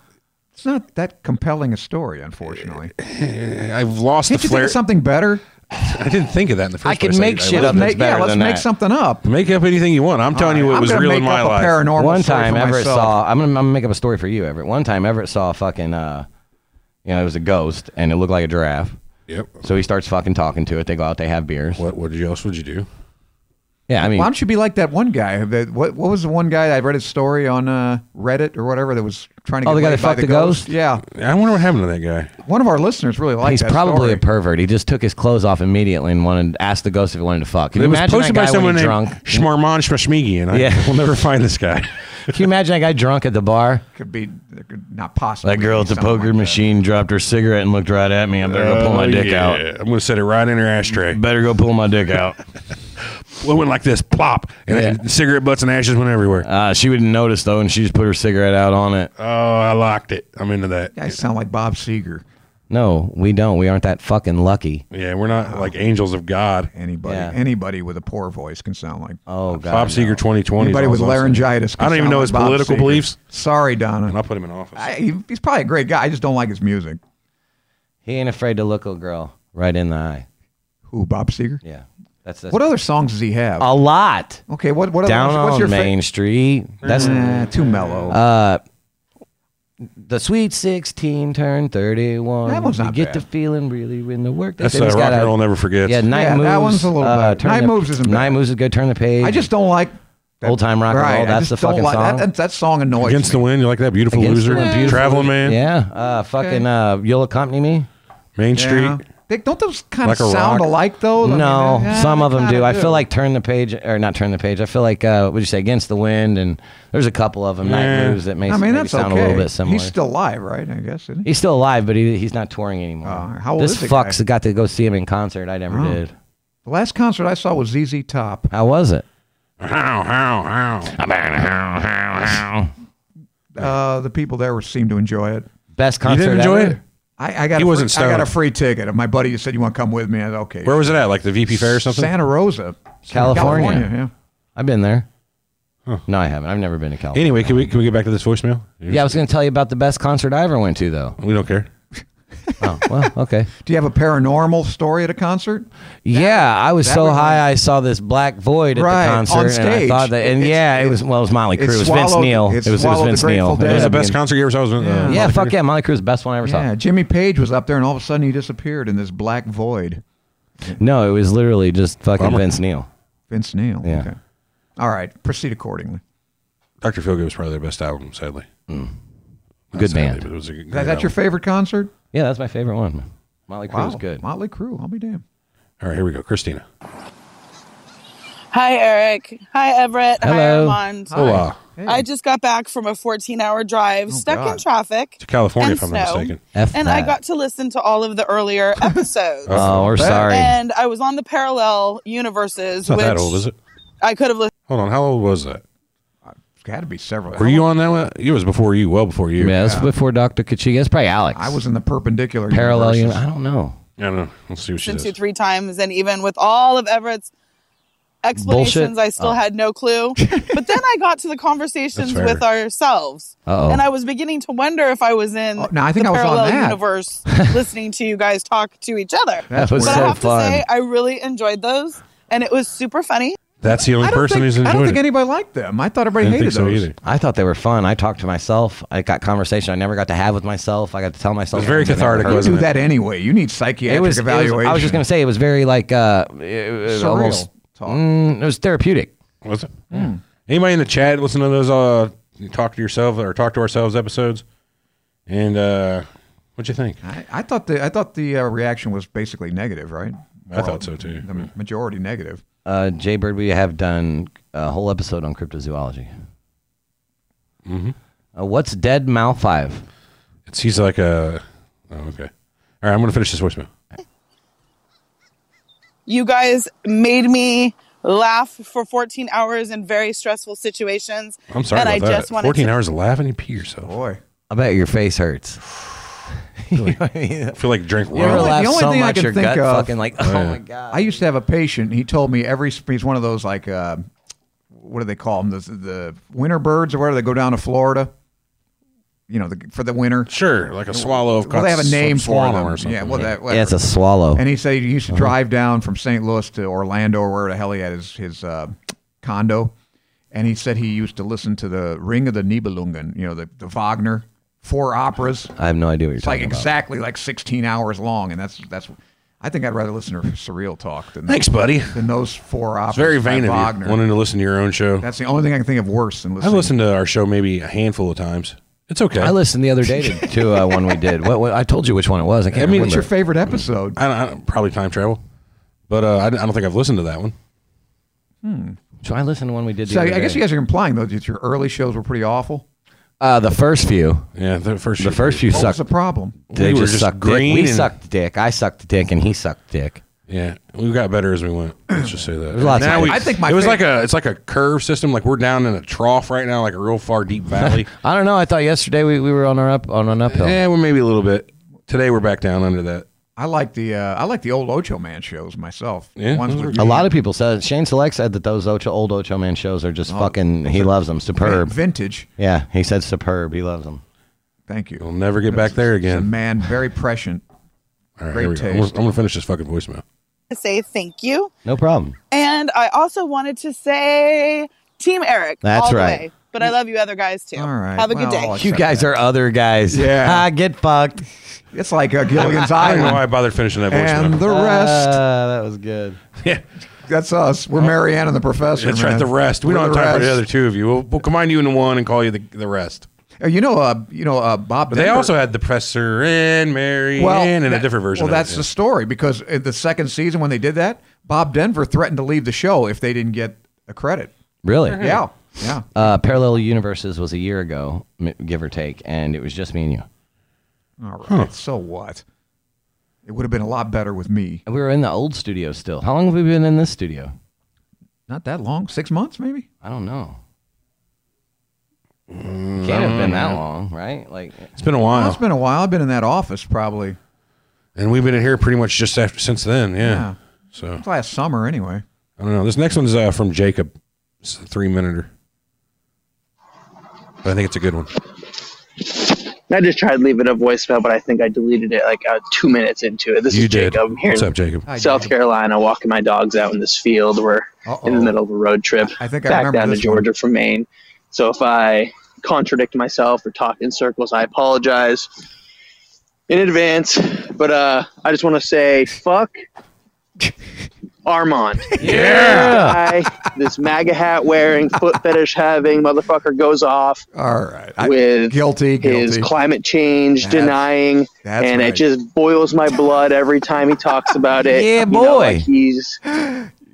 S5: It's not that compelling a story, unfortunately.
S4: I've lost
S5: Can't
S4: the
S5: you think
S4: flair.
S5: of something better?
S4: I didn't think of that in the first
S3: I can
S4: place.
S3: make shit
S4: let-
S3: up. Something's
S5: Make- yeah,
S3: better
S5: let's
S3: than
S5: make
S3: that.
S5: something up.
S4: Make up anything you want. I'm telling you
S5: All
S4: what
S5: right,
S4: was
S5: I'm gonna
S4: real in
S5: make
S4: my
S5: up a
S4: life.
S5: Paranormal
S3: One
S5: story
S3: time,
S5: for
S3: Everett
S5: myself.
S3: saw. I'm gonna, I'm gonna make up a story for you, Everett. One time, Everett saw a fucking, uh, you know, it was a ghost and it looked like a giraffe.
S4: Yep.
S3: So he starts fucking talking to it. They go out, they have beers.
S4: What, what else would you do?
S3: Yeah, I mean,
S5: Why don't you be like that one guy? That what? What was the one guy that I read his story on uh, Reddit or whatever that was trying to?
S3: Oh,
S5: get
S3: the guy
S5: laid
S3: that
S5: by
S3: fucked
S5: the
S3: the ghost?
S5: Yeah,
S4: I wonder what happened to that guy.
S5: one of our listeners really liked
S3: he's
S5: that
S3: probably
S5: story.
S3: a pervert. He just took his clothes off immediately and wanted asked the ghost if he wanted to fuck. Can
S4: It
S3: you
S4: was
S3: imagine
S4: posted
S3: that guy
S4: by someone
S3: when he's
S4: named
S3: drunk?
S4: Shmarman Shmashmigi, and I
S3: Yeah.
S4: will never find this guy.
S3: Can you imagine that guy drunk at the bar?
S5: could be there could not possible.
S3: That girl at the poker machine dropped her cigarette and looked right at me. I better go pull my
S4: Oh,
S3: dick
S4: yeah.
S3: out.
S4: I'm going to set it right in her ashtray.
S3: Better go pull my dick out.
S4: Well, it went like this, plop, and
S3: Yeah.
S4: then cigarette butts and ashes went everywhere.
S3: Uh, she wouldn't notice though, and she just put her cigarette out on it.
S4: oh, I locked it. I'm into that.
S5: I sound like Bob Seger.
S3: No, we don't. We aren't that fucking lucky.
S4: Yeah, we're not like angels of God.
S5: Anybody,
S3: Yeah.
S5: anybody with a poor voice can sound like.
S3: Oh god.
S4: Bob Seeger 2020.
S5: anybody
S4: is
S5: with
S4: all I'm saying.
S5: laryngitis. Can
S4: I don't even
S5: sound
S4: know
S5: like
S4: his
S5: Bob
S4: political
S5: Seger.
S4: beliefs.
S5: Sorry, Donna.
S4: And I'll put him in office.
S5: I, he, he's probably a great guy. I just don't like his music.
S3: He ain't afraid to look a girl right in the eye.
S5: Who Bob Seger?
S3: Yeah, that's that's
S5: What other songs does he have?
S3: a lot.
S5: okay, what what
S3: Down
S5: other, what's
S3: on
S5: your fa- Mm.
S3: Main Street. That's uh,
S5: Nah, too mellow.
S3: the Sweet Sixteen turned thirty-one.
S5: That one's
S3: You
S5: not
S3: get
S5: bad.
S3: the feeling really when the work. they
S4: That's
S3: say.
S4: uh,
S3: It's
S4: rock
S3: got
S4: and
S3: a-
S4: roll never forgets.
S3: Yeah, night
S5: Yeah,
S3: moves.
S5: that one's a little
S3: uh,
S5: better.
S3: turn
S5: Night
S3: the-
S5: Moves isn't bad.
S3: Night moves is good. Turn the page.
S5: I just don't like
S3: Old time rock and roll.
S5: I
S3: That's
S5: just
S3: the
S5: don't
S3: fucking
S5: like,
S3: song.
S5: That, that, that song annoys
S4: Against
S5: me.
S4: the wind, you like that beautiful
S3: Against the
S4: loser,
S3: Wind. Beautiful.
S4: traveling man,
S3: yeah. Uh, fucking. Uh, you'll accompany me.
S4: Main Street.
S5: Yeah. They, don't those kind
S4: Like a
S5: of sound
S4: rock.
S5: alike though? I mean,
S3: No,
S5: they- yeah,
S3: some of
S5: they
S3: them do.
S5: kinda
S3: I feel like turn the page or not turn the page. I feel like uh, would you say against the wind and there's a couple of them night
S4: Yeah.
S3: moves that may
S5: I mean
S3: maybe
S5: that's
S3: sound
S5: okay.
S3: a little bit similar.
S5: He's still alive, right? I guess. Isn't he?
S3: He's still alive, but he, he's not touring anymore.
S5: Oh, how old
S3: this
S5: is the guy? Oh.
S3: fuck's got to go see him in concert. I never did.
S5: The last concert I saw was ZZ Top.
S3: How was it?
S4: How, how, how.
S5: Uh, the people there were, seemed to enjoy it.
S3: Best
S4: You
S3: concert
S4: didn't enjoy
S3: ever?
S4: it?
S5: I, I got
S4: He
S5: a
S4: wasn't
S5: free, I got a
S4: stoned.
S5: free ticket. And my buddy said, "You want to come with me?" I said, "Okay."
S4: Where was it at? Like the VP Fair or something?
S5: Santa Rosa,
S3: California.
S5: yeah.
S3: I've been there. No, I haven't. I've never been to California.
S4: Anyway, can we can we get back to this voicemail?
S3: yeah, I was going to tell you about the best concert I ever went to, though.
S4: We don't care.
S3: Oh, well, okay.
S5: Do you have a paranormal story at a concert?
S3: Yeah, I was
S5: that
S3: so
S5: would-
S3: high I saw this black void at
S5: Right,
S3: the
S5: on
S3: concert, and I
S5: stage.
S3: thought that, and
S5: It's-
S3: yeah, it, was well, it was Motley
S5: it
S3: Crue, it was Vince
S5: swallowed-
S3: Neil,
S5: it
S3: it was it was
S5: swallowed the
S3: Vince
S5: Grateful
S3: Neil.
S5: Dead.
S4: It was
S5: Yeah,
S4: the best concert you ever saw. Was, uh,
S5: Yeah.
S3: Yeah,
S4: Motley
S3: fuck
S4: Crue.
S3: yeah, Motley Crue's the best one I ever
S5: Yeah, Jimmy Page was up there, and all of a sudden he disappeared in this black void.
S3: saw. No, it was literally just fucking
S4: Bummer.
S3: Vince Neil.
S5: Vince Neil.
S3: Yeah.
S5: Okay. All right. Proceed accordingly.
S4: Dr. Feelgood was probably their best album, sadly. Not
S3: Good
S4: sadly,
S3: band.
S4: But it was a good,
S5: Is that, that your
S4: album.
S5: favorite concert?
S3: Yeah, that's my favorite one. Motley Crue was good.
S5: Motley Crue. I'll be damned.
S4: All right, here we go. Christina.
S7: Hi, Eric. Hi, Everett.
S3: Hello.
S7: Hi, Armand.
S4: Hola.
S5: Hey.
S7: I just got back from a 14 hour drive,
S4: Oh,
S7: stuck
S5: God.
S7: in traffic.
S4: To California,
S7: and
S4: if I'm not
S7: snow,
S4: mistaken.
S3: F
S7: And I
S3: that.
S7: got to listen to all of the earlier episodes.
S3: Oh, we're sorry.
S7: and I was on the parallel universes,
S4: It's not
S7: which
S4: that old, is it?
S7: I could have listened
S4: Hold on. How old was that?
S5: it's got to be several.
S4: Were you on that one? It was before you, well before you.
S3: Yeah, that's before Dr. Kachiga. That's probably Alex.
S5: I was in the perpendicular.
S3: parallel.
S5: universes.
S3: uni- I don't know.
S4: I don't know. Let's see what she
S7: to
S4: says.
S7: three times. And even with all of Everett's explanations,
S3: Bullshit?
S7: I still
S3: Oh.
S7: had no clue. but then I got to the conversations
S4: fair.
S7: with ourselves.
S3: Uh-oh.
S7: And I was beginning to wonder if I was in
S5: Oh, no, I think
S7: the
S5: I was on
S7: parallel
S5: that.
S7: universe listening to you guys talk to each other.
S3: That was
S7: but
S3: so
S7: I have
S3: fun.
S7: to say, I really enjoyed those, and it was super funny.
S4: That's the only
S5: I don't,
S4: person
S5: think,
S4: who's
S5: I
S4: enjoyed
S5: don't think
S4: it.
S5: anybody liked them. I thought
S4: I
S5: everybody
S4: didn't
S5: hated
S4: think so
S5: those.
S4: either.
S3: I thought they were fun. I talked to myself. I got conversation I never got to have with myself. I got to tell myself.
S4: It was very
S3: things I never
S4: cathartic,
S3: heard.
S5: You
S4: wasn't
S5: do
S4: it?
S5: that anyway. You need
S3: It
S5: psychiatric
S3: was, it was-
S5: evaluation.
S3: I was just gonna say it was very like uh, it- it
S5: Surreal
S3: almost-
S5: talk.
S3: Mm, it was therapeutic.
S4: Was it?
S5: Hmm.
S4: Anybody in the chat listen to those uh talk to yourself or talk to ourselves episodes? And uh what'd you think?
S5: I, I thought the I thought the uh, reaction was basically negative, right?
S4: I thought so, too.
S5: The majority negative.
S3: Uh, Jay Bird, we have done a whole episode on cryptozoology. Mm-hmm.
S5: Mm-hmm.
S3: Uh, what's dead mouth five?
S4: It's he's like a oh, okay. All right, I'm gonna finish this voicemail.
S7: You guys made me laugh for 14 hours in very stressful situations.
S4: I'm sorry
S7: and
S4: about
S7: I
S4: that.
S7: just wanted
S4: Fourteen
S7: to
S4: hours of laughing, you pee yourself.
S5: Boy.
S3: I bet your face hurts.
S4: I feel like drink rum.
S3: You ever
S5: only-
S3: laugh
S5: the only
S3: so
S5: thing I
S3: much
S5: can
S3: your
S5: think
S3: gut
S5: of-
S3: fucking like oh,
S4: yeah.
S3: my god.
S5: I used to have a patient. He told me every sp- he's one of those like uh, what do they call them? The, the winter birds or whatever. They go down to Florida. You know, the, for the winter.
S4: Sure, like a swallow of
S5: Well, they have a
S4: some
S5: name for
S4: swan
S5: them.
S4: or something.
S5: Yeah, well, that,
S3: yeah, it's
S5: whatever.
S3: a swallow.
S5: And he said he used to drive down from St. Louis to Orlando or where the hell he had his, his uh, condo. And he said he used to listen to the Ring of the Nibelungen, you know, the, the Wagner, four operas.
S3: I have no idea what you're
S5: It's like
S3: talking about.
S5: exactly like 16 hours long. And that's, that's, I think I'd rather listen to Surreal Talk than,
S4: Thanks, buddy. It's
S5: than those four operas.
S4: very
S5: by
S4: vain of
S5: Wagner.
S4: you wanting to listen to your own show.
S5: That's the only thing I can think of worse than
S4: I've
S5: listening.
S4: listened to our show maybe a handful of times. It's okay.
S3: I listened the other day to, to uh, one we did. What, what I told you which one it was. I can't
S4: I mean,
S5: What's
S3: remember.
S5: your favorite episode?
S4: I don't, I don't, probably time travel, but uh, I, don't- I don't think I've listened to that one.
S3: So I listened to one we did. The
S5: So I,
S3: other
S5: I guess
S3: day.
S5: you guys are implying though that your early shows were pretty awful.
S3: uh, the first few,
S4: Yeah, the first
S3: the first few
S5: What was
S3: sucked.
S5: the problem?
S3: They
S4: We were
S3: just
S4: just
S3: sucked
S4: green
S3: dick. We
S4: and-
S3: sucked dick. I sucked dick, and he sucked dick.
S4: Yeah, we got better as we went. Let's just say that.
S3: lots of
S4: Now
S3: things.
S4: we,
S5: I think my
S4: it was
S5: favorite-
S4: like a it's like a curve system. Like we're down in a trough right now, like a real far deep valley.
S3: I don't know. I thought yesterday we, we were on our up on an uphill.
S4: yeah, well maybe a little bit. Today we're back down under that.
S5: I like the uh, I like the old Ocho Man shows myself.
S4: Yeah,
S5: Ones
S4: those
S5: with
S3: A lot of people said Shane Select said that those Ocho, old Ocho Man shows are
S5: Oh,
S3: just fucking. He loves them.
S5: vin-
S3: Superb.
S5: vintage.
S3: Yeah, he said superb. He loves them.
S5: Thank you.
S4: We'll never get back there
S5: It's a
S4: again.
S5: man, very prescient.
S4: All right,
S5: great
S4: here we go. I'm, gonna,
S5: taste.
S4: I'm gonna finish this fucking voicemail.
S7: say thank you.
S3: No problem.
S7: And I also wanted to say Team Eric.
S3: That's
S7: all the
S3: right.
S7: way. But I love you other guys too.
S5: All right.
S7: Have a
S5: Well,
S7: good day.
S5: I'll
S3: You
S5: accept
S3: guys
S5: that.
S3: are other guys.
S5: Yeah.
S3: Ah, get fucked.
S5: It's like uh, Gilligan's
S4: I don't know why
S5: Island
S4: I bothered finishing that voicemail.
S5: and the
S3: Ah,
S5: rest.
S3: that was good.
S4: yeah,
S5: That's us. We're Marianne and the Professor.
S4: Uh, That's right.
S5: man.
S4: The rest. We
S5: We're
S4: don't have time for the
S5: rest.
S4: other two of you. We'll, we'll combine you into one and call you the, the rest.
S5: Uh, You know, uh, you know, uh, Bob.
S4: But they
S5: Denver-
S4: also had the presser and Mary Ann and a
S5: that-
S4: different version.
S5: Well,
S4: of it,
S5: that's
S4: yeah.
S5: the story because in the second season when they did that, Bob Denver threatened to leave the show if they didn't get a credit.
S3: Really?
S5: Yeah, yeah.
S3: Uh, Parallel Universes was a year ago, m- give or take, and it was just me and you.
S5: All right. So what? It would have been a lot better with me.
S3: And we were in the old studio still. How long have we been in this studio?
S5: Not that long. Six months, maybe.
S3: I don't know. Can't have been that long, right? Like,
S4: It's been a
S5: Well,
S4: while,
S5: it's been a while. I've been in that office probably
S4: and we've been in here pretty much just after, since then. Yeah.
S5: Yeah.
S4: So
S5: It's last summer, anyway.
S4: I don't know. This next one's uh, from Jacob. It's a three minuter. But I think it's a good one.
S6: I just tried leaving a voicemail, but I think I deleted it like uh, two minutes into it. This
S4: you
S6: is
S4: did.
S6: Jacob. I'm here
S4: What's
S6: in
S4: up, Jacob?
S5: Hi,
S6: South
S5: Jacob.
S6: Carolina, walking my dogs out in this field. We're
S5: Uh-oh.
S6: in the middle of a road trip
S5: I think I
S6: back
S5: remember
S6: down to
S5: this one.
S6: Georgia from Maine. So if I contradict myself or talk in circles, I apologize in advance. But uh, I just want to say, fuck Armand. Yeah. this MAGA hat wearing, foot fetish having motherfucker goes off
S5: All right. I-
S6: with
S5: guilty,
S6: his
S5: guilty.
S6: climate change
S5: That's-
S6: denying,
S5: that's
S6: and
S5: right.
S6: it just boils my blood every time he talks about it.
S3: Yeah,
S6: You know,
S3: boy.
S6: like, he's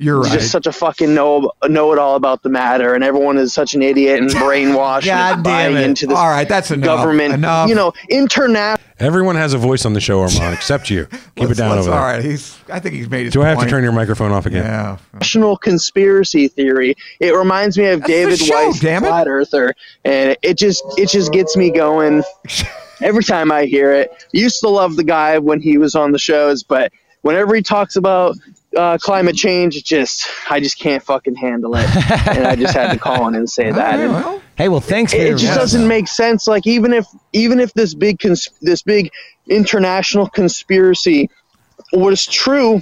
S5: You're right.
S6: just such a fucking know know it all about the matter, and everyone is such an idiot and brainwashed and buying into this
S5: All right. That's enough.
S6: government.
S5: Enough.
S6: You know, international.
S4: Everyone has a voice on the show, Armand, except you. Keep it
S5: Let's-
S4: down
S5: let's-
S4: over there.
S5: All right. He's. I think he's made his.
S4: Do I have to
S5: point.
S4: turn your microphone off again?
S5: Yeah.
S6: national conspiracy theory. It reminds me of
S5: That's
S6: David
S5: the show,
S6: Weiss,
S5: damn it.
S6: flat earther, and it just it just gets me going every time I hear it. Used to love the guy when he was on the shows, but whenever he talks about uh, climate change, it just I just can't fucking handle it, and I just had to call in and say that. And
S5: Okay, well,
S3: hey, well, thanks for
S6: it, it
S3: your
S6: just
S3: vote.
S6: doesn't make sense. Like even if even if this big cons- this big international conspiracy was true,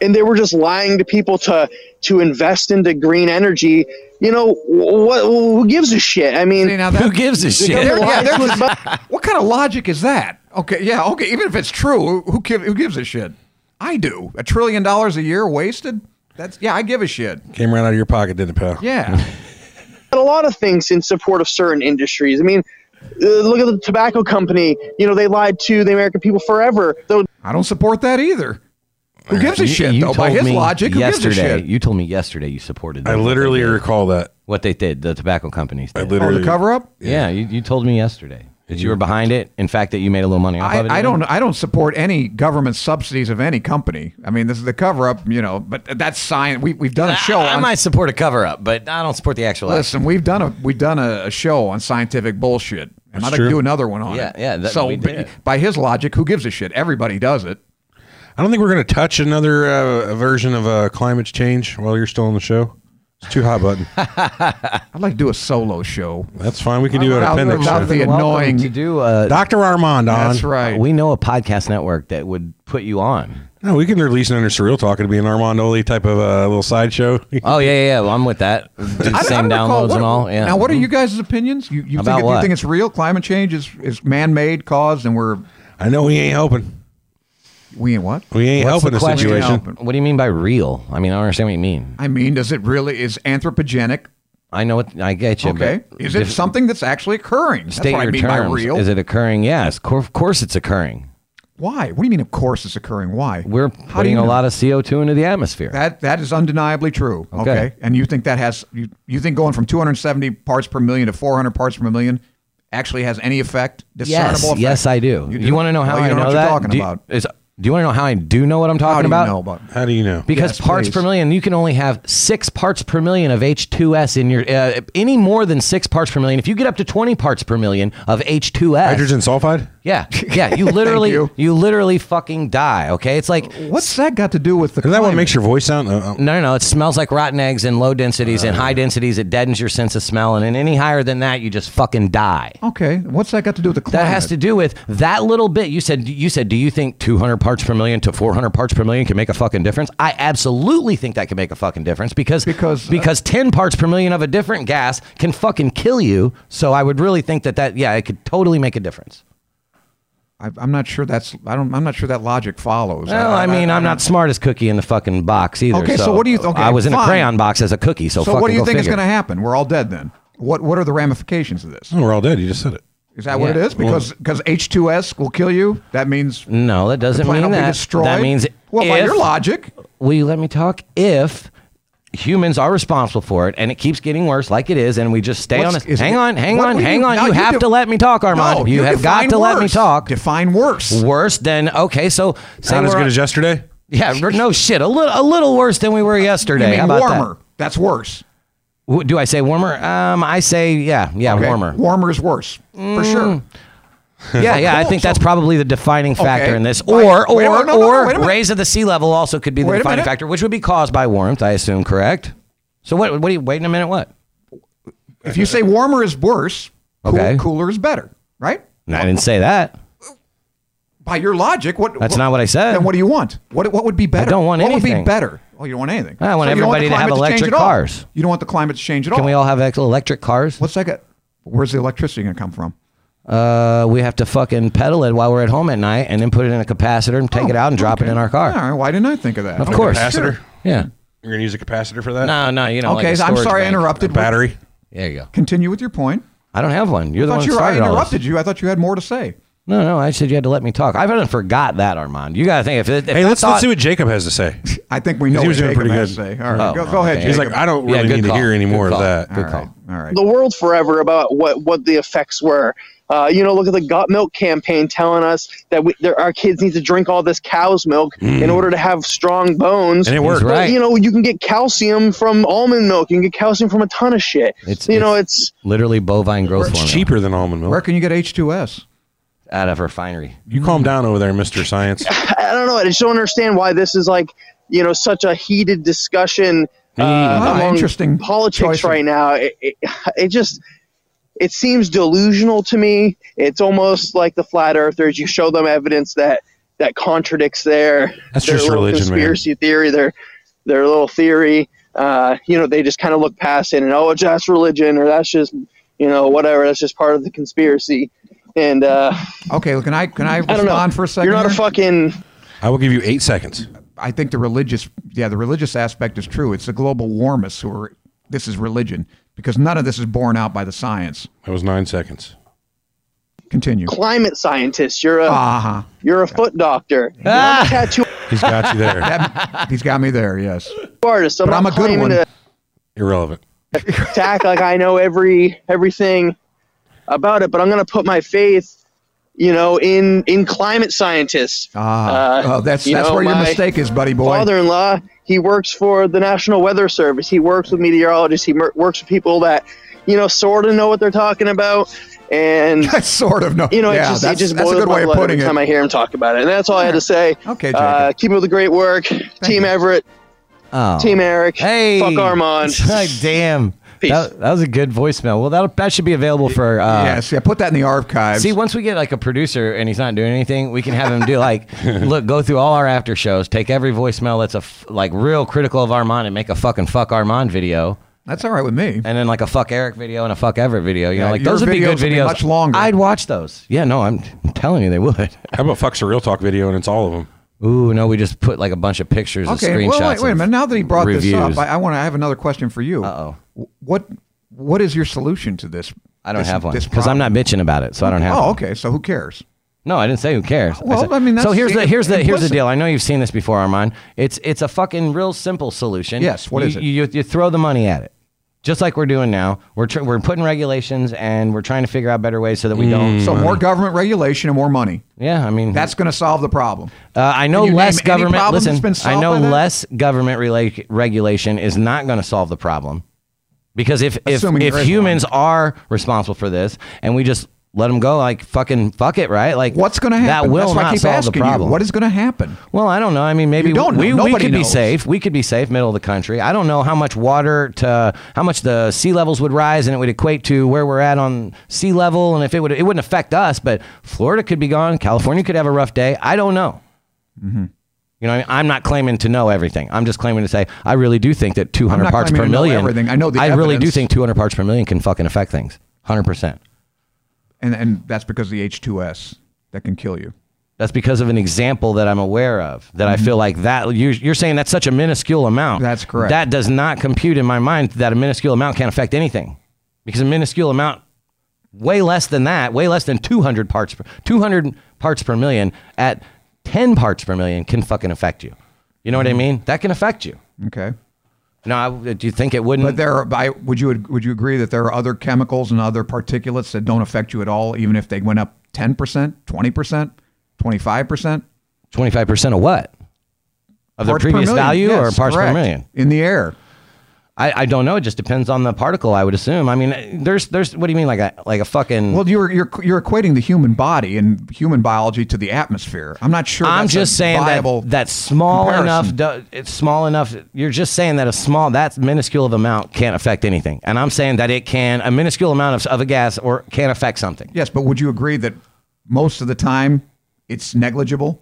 S6: and they were just lying to people to to invest into green energy, you know what? Who gives a shit? I mean,
S5: see, now
S3: Who
S5: that-
S3: gives a shit?
S5: There-
S6: Well,
S5: yeah,
S6: I-
S5: there's this- what kind of logic is that? Okay, yeah, okay. Even if it's true, who give, who gives a shit? I do. A trillion dollars a year wasted. That's yeah. I give a shit.
S4: Came right out of your pocket, didn't it, pal?
S5: Yeah.
S6: a lot of things in support of certain industries. I mean. uh, Look at the tobacco company. You know they lied to the American people forever. Though
S5: I don't support that either. Who gives a
S3: You-
S5: shit
S3: you
S5: though? By
S3: told
S5: his
S3: me
S5: logic, who gives a
S3: yesterday.
S5: shit?
S3: You told me yesterday you supported.
S4: I
S3: them, what they
S4: literally
S3: did.
S4: recall that.
S3: what they did, the tobacco companies.
S4: I
S3: did.
S5: Oh,
S4: literally
S5: the cover up.
S3: Yeah, you, you told me yesterday that you were behind it. In fact, that you made a little money off of it.
S5: I, I
S3: even.
S5: don't. I don't support any government subsidies of any company. I mean, this is the cover up, you know. But that's science. We, we've done a show.
S3: I, I
S5: on,
S3: might support a cover up, but I don't support the actual. act.
S5: Listen, we've done a we've done a, a show on scientific bullshit. I'm not
S4: true.
S5: gonna do another one on
S3: Yeah,
S5: it.
S3: yeah, that
S5: so
S3: we
S5: but
S3: did.
S5: by his logic, who gives a shit? Everybody does it.
S4: I don't think we're going to touch another uh, version of uh, climate change while you're still on the show. It's too hot button.
S5: I'd like to do a solo show.
S4: That's fine. We can do an
S5: I'll-
S4: appendix.
S5: I'll-
S4: show.
S5: the
S3: Welcome
S5: annoying-
S3: to do. Uh,
S4: Dr. Armand on.
S5: That's right.
S3: We know a podcast network that would put you on.
S4: No, we can release it under surreal talk. It'd be an Armand Oli type of uh, little sideshow.
S3: Oh yeah, yeah, yeah. Well, I'm with that. Do the
S5: I- I
S3: same
S5: don't recall-
S3: downloads
S5: what-
S3: and all. Yeah. Mm-hmm.
S5: Now, what are you guys' opinions? You, you,
S3: About
S5: think, it-
S3: what?
S5: you think it's real? Climate change is, is man made, caused, and we're
S4: I know we ain't helping.
S5: we ain't what?
S4: We ain't
S3: What's
S4: helping the,
S3: question?
S4: situation.
S5: Help.
S3: What do you mean by real? I mean, I don't understand what you mean.
S5: I mean, does it really is anthropogenic?
S3: I know what I get you.
S5: Okay,
S3: but
S5: is it
S3: dif-
S5: something that's actually occurring? That's
S3: State
S5: what
S3: your
S5: I mean
S3: terms.
S5: by real.
S3: Is it occurring? Yes, cor- of course it's occurring.
S5: Why? What do you mean? Of course, it's occurring. Why? How
S3: We're
S5: do
S3: putting
S5: you
S3: a
S5: know?
S3: lot of CO2 into the atmosphere.
S5: That that is undeniably true. Okay.
S3: Okay.
S5: And you think that has you, you think going from 270 parts per million to 400 parts per million actually has any effect? Discernible
S3: yes,
S5: effect?
S3: yes, I do. You,
S5: do?
S3: want to know how
S5: Well, you
S3: I
S5: don't
S3: know
S5: know what
S3: that?
S5: you're talking
S3: do you,
S5: about.
S3: is- do you want to know how I do know what I'm talking
S5: How do
S3: about?
S5: you know about?
S4: How do you know?
S3: Because
S5: Yes,
S3: parts
S5: please.
S3: per million, you can only have six parts per million of H2S in your uh, any more than six parts per million. If you get up to 20 parts per million of H2S,
S4: Hydrogen sulfide?
S3: yeah, yeah, you literally,
S5: you.
S3: you. literally fucking die. Okay, it's like
S5: What's that got to do with the?
S4: Is that what
S5: climate?
S4: makes your voice sound? Uh, uh,
S3: no, no, no. It smells like rotten eggs in low densities
S5: Uh.
S3: and high densities. It deadens your sense of smell, and in any higher than that, you just fucking die.
S5: Okay, what's that got to do with the climate?
S3: That has to do with that little bit. You said you said do you think 200 parts per million to 400 parts per million can make a fucking difference? I absolutely think that can make a fucking difference because
S5: Because, uh,
S3: because 10 parts per million of a different gas can fucking kill you. So I would really think that that yeah, it could totally make a difference.
S5: I, I'm not sure that's I don't I'm not sure that logic follows.
S3: Well, I mean, I'm not smartest cookie in the fucking box either.
S5: Okay, so what do you th- okay,
S3: I was in a
S5: fine.
S3: crayon box as a cookie, so,
S5: So
S3: fucking
S5: what do you
S3: go
S5: think is
S3: figure.
S5: going to happen? We're all dead then. What What are the ramifications of this?
S4: Oh, we're all dead. You just said it.
S5: Is that what it
S3: Yeah.
S5: is? Because because H2S will kill you. That means
S3: No, that doesn't
S5: planet
S3: mean
S5: will
S3: that.
S5: be destroyed.
S3: That means
S5: well, by
S3: if-
S5: your logic,
S3: Will you let me talk? If humans are responsible for it and it keeps getting worse like it is and we just stay on
S5: What's-
S3: it
S5: is
S3: hang
S5: it-
S3: on hang
S5: what
S3: on
S5: do you-
S3: hang on
S5: no,
S3: you,
S5: you
S3: have
S5: de-
S3: to let me talk armand
S5: No,
S3: you, have got
S5: define
S3: to let me
S5: worse.
S3: talk
S5: Define worse.
S3: worse than okay so say
S4: Not as
S3: we're-
S4: good as yesterday.
S3: yeah we're- no shit a little a little worse than we were yesterday
S5: I mean,
S3: How about that?
S5: warmer. That's worse.
S3: W- do i say warmer um i say yeah yeah
S5: Okay?
S3: warmer Mm.
S5: Warmer is worse for sure.
S3: yeah yeah i
S5: cool.
S3: think that's
S5: So-
S3: probably the defining factor
S5: Okay.
S3: in this
S5: Wait,
S3: or
S5: wait a
S3: or
S5: minute, no, no, no,
S3: or
S5: wait a minute.
S3: raise of the sea level also could be the
S5: Wait a
S3: defining
S5: minute.
S3: factor which would be caused by warmth i assume correct so what what are you waiting a minute what
S5: If you say warmer is worse, cool,
S3: Okay.
S5: cooler is better, right?
S3: i didn't say that
S5: By your logic, what?
S3: That's not what I said.
S5: Then what do you want? What What would be better?
S3: don't want
S5: what What
S3: anything.
S5: would be better? Oh, you don't want anything.
S3: I want
S5: you don't
S3: everybody
S5: the
S3: to have
S5: climate change
S3: electric
S5: at all.
S3: cars.
S5: You don't want the climate to change at all.
S3: Can we all have ex- electric cars?
S5: What's that? Got? Where's the electricity gonna come from?
S3: Uh, we have to fucking pedal it while we're at home at night, and then put it in a capacitor and take it out and drop it in our car.
S5: Oh, All right. Why didn't I think of that?
S3: Of course.
S4: Capacitor.
S3: Yeah.
S4: You're gonna use a capacitor for that.
S3: No, no, you know.
S5: Okay.
S3: like a
S5: I'm
S3: storage
S5: sorry I
S3: bank.
S5: interrupted.
S4: Battery.
S3: There you go.
S5: Continue with your point.
S3: I don't have one. You're
S5: I
S3: the one
S5: thought
S3: who
S5: you were, I
S3: started all this.
S5: interrupted you. I thought you had more to say.
S3: No, no, I said you had to let me talk. I've even forgot that, Armand. You got to think if, it, if
S4: Hey,
S3: I
S4: let's
S3: thought,
S4: let's see what Jacob has to say.
S5: I think we know
S4: He
S5: what
S4: was doing
S5: Jacob
S4: pretty
S5: has to
S4: good.
S5: say. All right.
S3: Oh,
S5: go, go ahead.
S3: okay.
S4: He's
S5: Jacob.
S4: like, I don't
S3: Yeah,
S4: really
S3: good
S4: need
S3: call.
S4: to hear any
S3: Good
S4: more of
S3: call.
S4: that.
S5: All
S3: Good
S5: right,
S3: call.
S5: All right.
S6: the world forever about what what the effects were. Uh, you know, look at the gut milk campaign telling us that we, there, our kids need to drink all this cow's milk in order to have strong bones.
S4: And it worked.
S3: He's right.
S6: But, you know, you can get calcium from almond milk. You can get calcium from a ton of shit.
S3: It's-
S6: you
S3: it's-
S6: know, it's
S3: literally bovine growth
S4: It's
S3: formula
S4: cheaper than almond
S5: Where
S4: milk.
S5: can you get H2S?
S3: out of refinery.
S4: You calm down over there, Mister Science.
S6: I don't know. I just don't understand why this is like you know such a heated discussion
S4: Hmm.
S6: uh,
S5: Ah,
S6: among
S5: interesting
S6: politics
S5: choice of-
S6: right now. It, it, it just it seems delusional to me. It's almost like the flat earthers. You show them evidence that that contradicts their
S4: That's
S6: their
S4: just
S6: little
S4: religion, man.
S6: conspiracy theory, their their little theory. Uh, you know, they just kind of look past it and oh, it's just religion or that's just you know whatever. That's just part of the conspiracy. And uh,
S5: Okay, can I can I
S6: I don't
S5: respond
S6: know.
S5: for a second?
S6: You're not a
S5: here?
S6: fucking
S4: I will give you eight seconds.
S5: I think the religious, yeah, the religious aspect is true. It's the global warmists who are. This is religion because none of this is borne out by the science.
S4: That was nine seconds.
S5: Continue.
S6: climate scientist. You're a
S5: Uh huh.
S6: You're a foot doctor. You're
S5: Ah.
S6: not a tattoo
S4: He's got you there.
S5: He's got me there. Yes.
S6: artist. I'm
S5: But
S6: not
S5: I'm a good
S6: claiming
S5: one.
S6: to
S4: Irrelevant.
S6: to act like I know every everything about it, but I'm going to put my faith, you know, in in climate scientists.
S5: Ah,
S6: Uh,
S5: oh, that's
S6: you
S5: that's
S6: know,
S5: where your
S6: my
S5: mistake is, buddy boy.
S6: Father-in-law, he works for the National Weather Service. He works with meteorologists. He mer- works with people that, you know, sort of know what they're talking about. And
S5: That's sort of no.
S6: you know,
S5: yeah,
S6: it just,
S5: that's,
S6: it just
S5: that's
S6: boils
S5: a good
S6: my
S5: way of
S6: blood
S5: putting
S6: every
S5: it.
S6: time I hear him talk about it. And that's all I had to say.
S5: Okay,
S6: Uh,
S5: Jacob.
S6: keep up the great work, Team
S5: you.
S6: Everett,
S3: Oh.
S6: Team Eric.
S3: Hey,
S6: fuck Armand.
S3: Damn,
S6: Peace.
S3: That, that was a good voicemail. Well, that that should be available for uh,
S5: yes, yeah. Put that in the archives.
S3: See, once we get like a producer and he's not doing anything, we can have him do like, look, go through all our after shows, take every voicemail that's a f- like real critical of Armand, and make a fucking fuck Armand video,
S5: that's all right with me.
S3: and then like a fuck Eric video and a fuck Everett video. You know,
S5: Yeah,
S3: like
S5: your
S3: those would be good
S5: videos would be
S3: videos.
S5: much longer.
S3: I'd watch those. Yeah, no, I'm, I'm telling you, they would.
S4: How about fucks a real talk video and it's all of them.
S3: Ooh, no, we just put like a bunch of pictures, of
S5: Okay.
S3: screenshots.
S5: Well, wait, wait a
S3: of
S5: minute. Now that he brought
S3: reviews.
S5: this up, I, I want to have another question for you. Uh oh. What What is your solution to this?
S3: I don't
S5: this-
S3: have one
S5: this
S3: because I'm
S5: problem?
S3: not bitching about it, so I don't have.
S5: Oh,
S3: one.
S5: okay. So who cares?
S3: No, I didn't say who cares.
S5: Well,
S3: said-
S5: I mean,
S3: so
S5: that's-
S3: here's the here's the here's the
S5: implicit.
S3: deal. I know you've seen this before, Armand. It's it's a fucking real simple solution.
S5: Yes, what
S3: you,
S5: is it?
S3: You, you throw the money at it, just like we're doing now. We're tr- we're putting regulations and we're trying to figure out better ways so that we don't.
S5: So more government regulation and more money.
S3: yeah, I mean
S5: Mm. That's going to solve the problem.
S3: Uh, I know
S5: Can you
S3: less
S5: name any
S3: government.
S5: problem
S3: Listen,
S5: that's been solved
S3: I know
S5: by that?
S3: less government rela- regulation is not going to solve the problem because if if,
S5: Assuming
S3: if
S5: there is
S3: humans are responsible for this and we just let them go, like fucking fuck it, right? Like
S5: What's going to happen?
S3: That will
S5: That's why
S3: not
S5: I keep
S3: solve the
S5: asking
S3: problem.
S5: you. What is going to happen?
S3: Well, I don't know. I mean, maybe
S5: You don't know.
S3: we, we
S5: Nobody
S3: could be
S5: knows.
S3: safe. We could be safe, middle of the country. I don't know how much water to how much the sea levels would rise, and it would equate to where we're at on sea level, and if it would, it wouldn't affect us. But Florida could be gone. California could have a rough day. I don't know.
S5: Mm-hmm.
S3: You know, what I mean? I'm not claiming to know everything. I'm just claiming to say I really do think that 200
S5: not
S3: parts
S5: claiming
S3: per
S5: to know
S3: million.
S5: everything. I know the
S3: I really do
S5: evidence.
S3: think 200 parts per million can fucking affect things. 100. percent
S5: And and that's because of the H2S. that can kill you.
S3: That's because of an example that I'm aware of. That I feel like that you're, you're saying that's such a minuscule amount.
S5: Mm-hmm. That's correct.
S3: That does not compute in my mind that a minuscule amount can't affect anything, because a minuscule amount, way less than that, way less than 200 parts per 200 parts per million at 10 parts per million can fucking affect you. You know what I
S5: Mm-hmm.
S3: mean? That can affect you.
S5: Okay.
S3: No, I, do you think it wouldn't?
S5: But there, are, I, would you would you agree that there are other chemicals and other particulates that don't affect you at all, even if they went up ten percent, twenty percent, twenty five percent?
S3: 25% of what? Of their previous value or parts per million? Mm.
S5: in the air?
S3: I, I don't know. It just depends on the particle, I would assume. I mean, there's, there's, what do you mean? Like a, like a fucking,
S5: Well, you're you're you're equating the human body and human biology to the atmosphere. I'm not sure.
S3: I'm
S5: that's a
S3: just saying
S5: viable
S3: that, that small
S5: comparison.
S3: enough, do- it's small enough. You're just saying that a small, that minuscule of amount can't affect anything. And I'm saying that it can, a minuscule amount of, of a gas or can affect something.
S5: Yes, but would you agree that most of the time it's negligible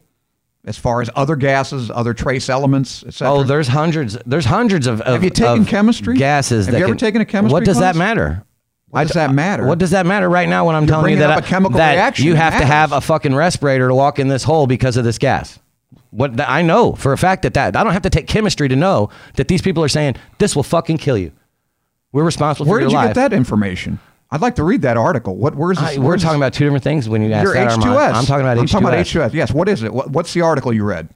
S5: as far as other gases, other trace elements, etc.?
S3: Oh, there's hundreds. There's hundreds of. of
S5: Have you taken
S3: of
S5: chemistry?
S3: Gases.
S5: Have
S3: that
S5: you ever
S3: can-
S5: taken a chemistry
S3: What does
S5: class?
S3: that matter?
S5: What
S3: I
S5: does
S3: d- uh,
S5: that matter?
S3: What does that matter right now when I'm telling you
S5: bringing
S3: that
S5: up
S3: I-
S5: a chemical
S3: that
S5: reaction.
S3: you
S5: It
S3: have to have a
S5: matters.
S3: fucking respirator to walk in this hole because of this gas? What th- I know for a fact that that I don't have to take chemistry to know that these people are saying this will fucking kill you. We're responsible
S5: Where
S3: for your
S5: did you
S3: life.
S5: get that information? I'd like to read that article. What? Where's this?
S3: I- we're talking about two different things when you ask
S5: your
S3: that,
S5: H2S.
S3: Armand. I'm talking about
S5: I'm
S3: H2S.
S5: talking about H2S. Yes. What is it? What, what's the article you read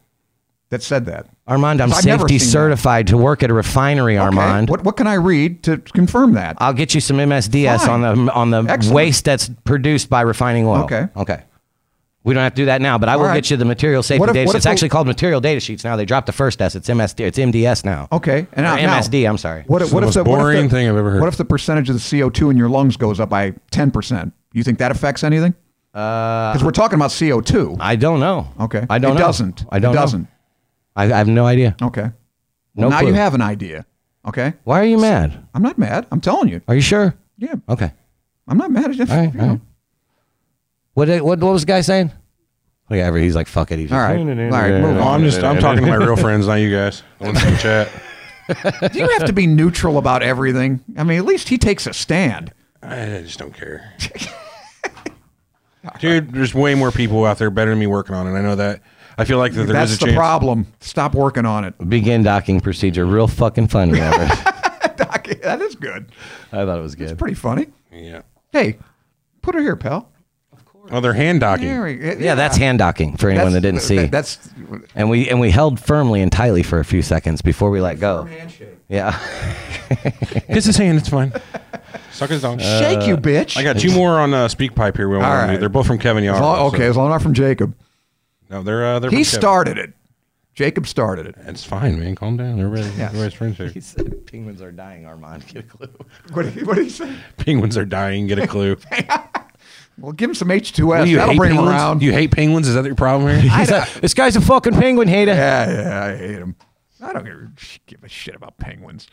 S5: that said that?
S3: Armand, I'm
S5: I've never
S3: safety
S5: seen that.
S3: certified to work at a refinery,
S5: Okay,
S3: Armand.
S5: What, what can I read to confirm that?
S3: I'll get you some MSDS
S5: Fine.
S3: on the on the
S5: Excellent.
S3: waste that's produced by refining oil.
S5: Okay.
S3: Okay. We don't have to do that now, but I will
S5: right.
S3: get you the material safety
S5: What if-
S3: data.
S5: what
S3: sheet.
S5: if
S3: It's
S5: the-
S3: actually called material data sheets now. They dropped the first S. It's MSD. It's MDS now.
S5: okay.
S3: Or
S5: And now, now-
S3: MSD. I'm sorry.
S5: What, if-
S4: It's the
S5: what if
S4: most
S5: the what if
S4: boring
S5: the-
S4: thing I've ever heard.
S5: What if the percentage of the CO2 in your lungs goes up by 10%? You think that affects anything? Because we're talking about CO2.
S3: Uh, I don't know.
S5: Okay.
S3: I don't
S5: it
S3: know.
S5: doesn't.
S3: I don't
S5: It
S3: know.
S5: doesn't.
S3: I, I have no idea.
S5: Okay.
S3: No
S5: now
S3: clue.
S5: you have an idea. Okay.
S3: Why are you mad?
S5: I'm not mad. I'm telling you.
S3: Are you sure?
S5: Yeah.
S3: Okay.
S5: I'm not mad. It's just,
S3: All right.
S5: you
S3: All
S5: know.
S3: right. What, did- what, what was the guy saying? Whatever. He's like, fuck it. He's just,
S5: All right. All right. Move
S4: Oh,
S5: on.
S4: I'm just I'm talking to my real friends, not you guys. I want some chat.
S5: Do you have to be neutral about everything? I mean, at least he takes a stand.
S4: I just don't care. Dude, there's way more people out there better than me working on it. I know that. I feel like that there is
S5: That's
S4: a
S5: the
S4: chance.
S5: problem. Stop working on it.
S3: Begin docking procedure. Real fucking funny. Robert.
S5: Doc, that is good.
S3: I thought it was good.
S5: Pretty funny.
S4: Yeah.
S5: Hey, put her here, pal.
S4: Oh, they're hand docking.
S5: There we go.
S3: Yeah, that's hand docking for anyone that didn't see.
S5: That's
S3: and we and we held firmly and tightly for a few seconds before we let go.
S5: handshake.
S3: Yeah,
S4: Kiss his hand. It's fine. Suck his dong.
S5: Shake you, bitch.
S4: Uh, I got two more on uh, speak pipe here. We want to do.
S5: right.
S4: They're both from Kevin Yard.
S5: As long- okay, as long as I'm from Jacob.
S4: No, they're uh, they're
S5: He
S4: from Kevin.
S5: started it. Jacob started it.
S4: It's fine, man. Calm down. Everybody, everybody's friends here.
S3: said penguins are dying. Armand, get a clue.
S5: What did, he, what did he say?
S4: Penguins are dying. Get a clue.
S5: Well, give him some H2S.
S4: What, you
S5: That'll
S4: hate
S5: bring him
S4: penguins?
S5: around.
S4: You hate penguins? Is that your problem here?
S3: this guy's a fucking penguin hater.
S5: yeah, yeah, I hate him. I don't give- give a shit about penguins.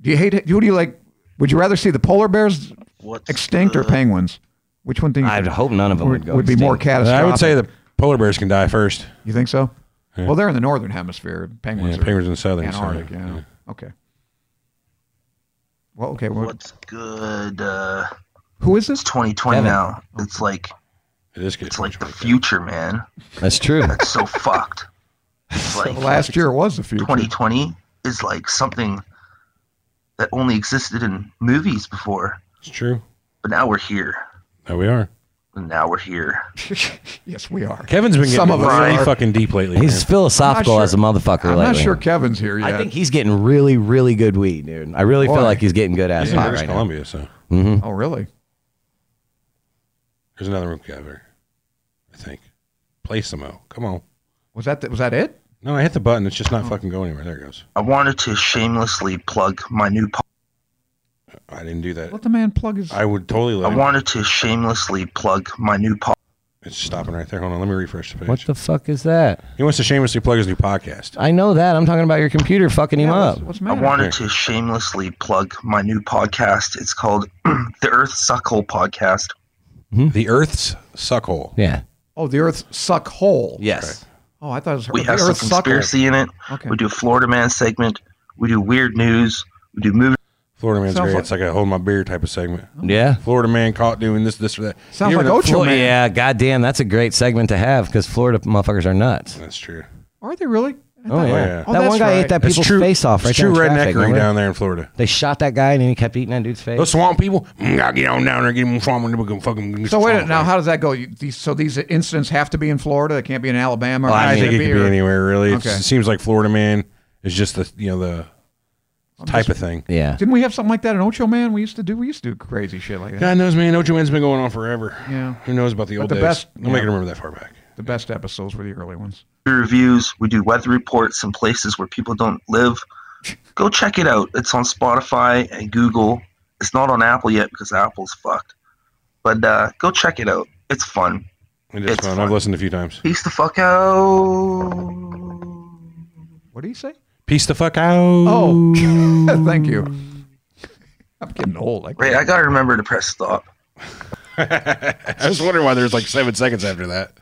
S5: Do you hate it? What do you like? Would you rather see the polar bears
S8: What's
S5: extinct or
S8: the-
S5: penguins? Which one do you
S3: I'd hope none of them would
S5: would,
S3: go
S5: would be more
S3: extinct.
S5: catastrophic?
S4: I would say the polar bears can die first.
S5: You think so? Well, they're in the northern hemisphere. Penguins
S4: Yeah,
S5: are
S4: penguins in the southern, so,
S5: Antarctic. yeah.
S4: yeah.
S5: Okay. Well, okay. Well,
S8: What's good? Uh,
S5: who is this?
S8: it's 2020
S3: Kevin.
S8: now. It's like
S4: It is good.
S8: it's like the future, man.
S3: That's true.
S8: That's so fucked. It's like
S5: Last year was the future.
S8: 2020 is like something that only existed in movies before,
S4: It's true.
S8: but now we're here.
S4: There we are.
S8: And now we're here.
S5: yes, we are.
S4: Kevin's been getting
S5: Some of us
S4: really
S5: are.
S4: fucking deep lately.
S3: He's
S4: man.
S3: philosophical
S5: sure-
S3: as a motherfucker
S5: I'm
S3: lately.
S5: not sure Kevin's here yet.
S3: I think he's getting really, really good weed, dude. I really
S5: Boy.
S3: feel like he's getting good ass
S4: He's in
S3: pot
S4: British
S3: right now.
S4: Columbia, so
S5: oh, really?
S4: there's another room cover. I think. Play some O. Come on.
S5: Was that th- was that it?
S4: No, I hit the button. It's just
S8: Oh.
S4: not fucking going anywhere. There it goes.
S8: I wanted to shamelessly plug my new po-
S4: I didn't do that.
S5: Let the man plug his.
S4: I would totally let
S8: I
S4: him-
S8: wanted to shamelessly plug my new po-
S4: It's stopping right there. Hold on. Let me refresh the page.
S3: What the fuck is that?
S4: he wants to shamelessly plug his new podcast.
S3: I know that. I'm talking about your computer fucking him
S5: Yeah,
S3: up.
S5: what's, what's the
S8: I
S5: matter?
S8: wanted to shamelessly plug my new podcast. It's called The Earth Suckhole Podcast.
S4: Hmm? The Earth's suckhole.
S3: yeah.
S5: oh, the Earth's suck hole.
S3: Yes.
S5: Oh, I thought it was
S8: We
S5: the
S8: have some
S5: Earth's suck hole.
S8: conspiracy in it.
S5: Okay.
S8: We do a Florida Man segment. We do weird news. We do movie
S4: Florida man's
S5: Sounds
S4: great.
S5: like-
S4: it's like a hold my beer type of segment.
S3: Yeah.
S4: Florida man caught doing this, this, or that.
S5: Sounds
S4: You
S5: like
S4: ever know-
S5: Ocho
S3: Flo-
S5: Man.
S3: yeah, goddamn, that's a great segment to have because Florida motherfuckers are nuts.
S4: That's true.
S5: Are they really? I
S3: Oh
S5: thought-
S3: yeah,
S4: yeah.
S5: Oh,
S3: that
S5: that's
S3: one guy
S5: right.
S3: ate that
S4: It's
S3: people's
S4: true-
S3: face off right
S4: it's
S3: there.
S4: true
S3: in
S4: redneckery
S3: traffic, remember?
S4: down there in Florida.
S3: They shot that guy and then he kept eating that dude's face.
S4: Those swamp people, mm, gotta get on down there, get them swamp, and then we can fucking. get
S5: So
S4: some
S5: wait, a
S4: swamp
S5: minute, now
S4: land.
S5: how does that go? You, these, so these incidents have to be in Florida. It can't be in Alabama. Or
S4: I think it
S5: Mississippi
S4: could be
S5: or-
S4: anywhere really. It's-
S5: Okay.
S4: It seems like Florida man is just the you know the type of thing.
S3: yeah,
S5: Didn't we have something like that in Ocho Man? We used to do. We used to do crazy shit like that.
S4: God knows, man. Ocho Man's been going on forever.
S5: Yeah.
S4: Who knows about the
S5: But
S4: old
S5: the
S4: days?
S5: best-
S4: Nobody
S5: yeah.
S4: can remember that far back.
S5: The best episodes were the early ones.
S8: do reviews. We do weather reports in places where people don't live. Go check it out. It's on Spotify and Google. It's not on Apple yet because Apple's fucked. But uh, go check it out. It's fun.
S4: It is
S8: It's
S4: fun.
S8: fun.
S4: I've listened a few times.
S8: Peace the fuck out.
S5: What do you say?
S4: Peace the fuck out.
S5: Oh, thank you. I'm getting old. I
S8: Right, I gotta remember to press stop.
S4: I was wondering why there's like seven seconds after that.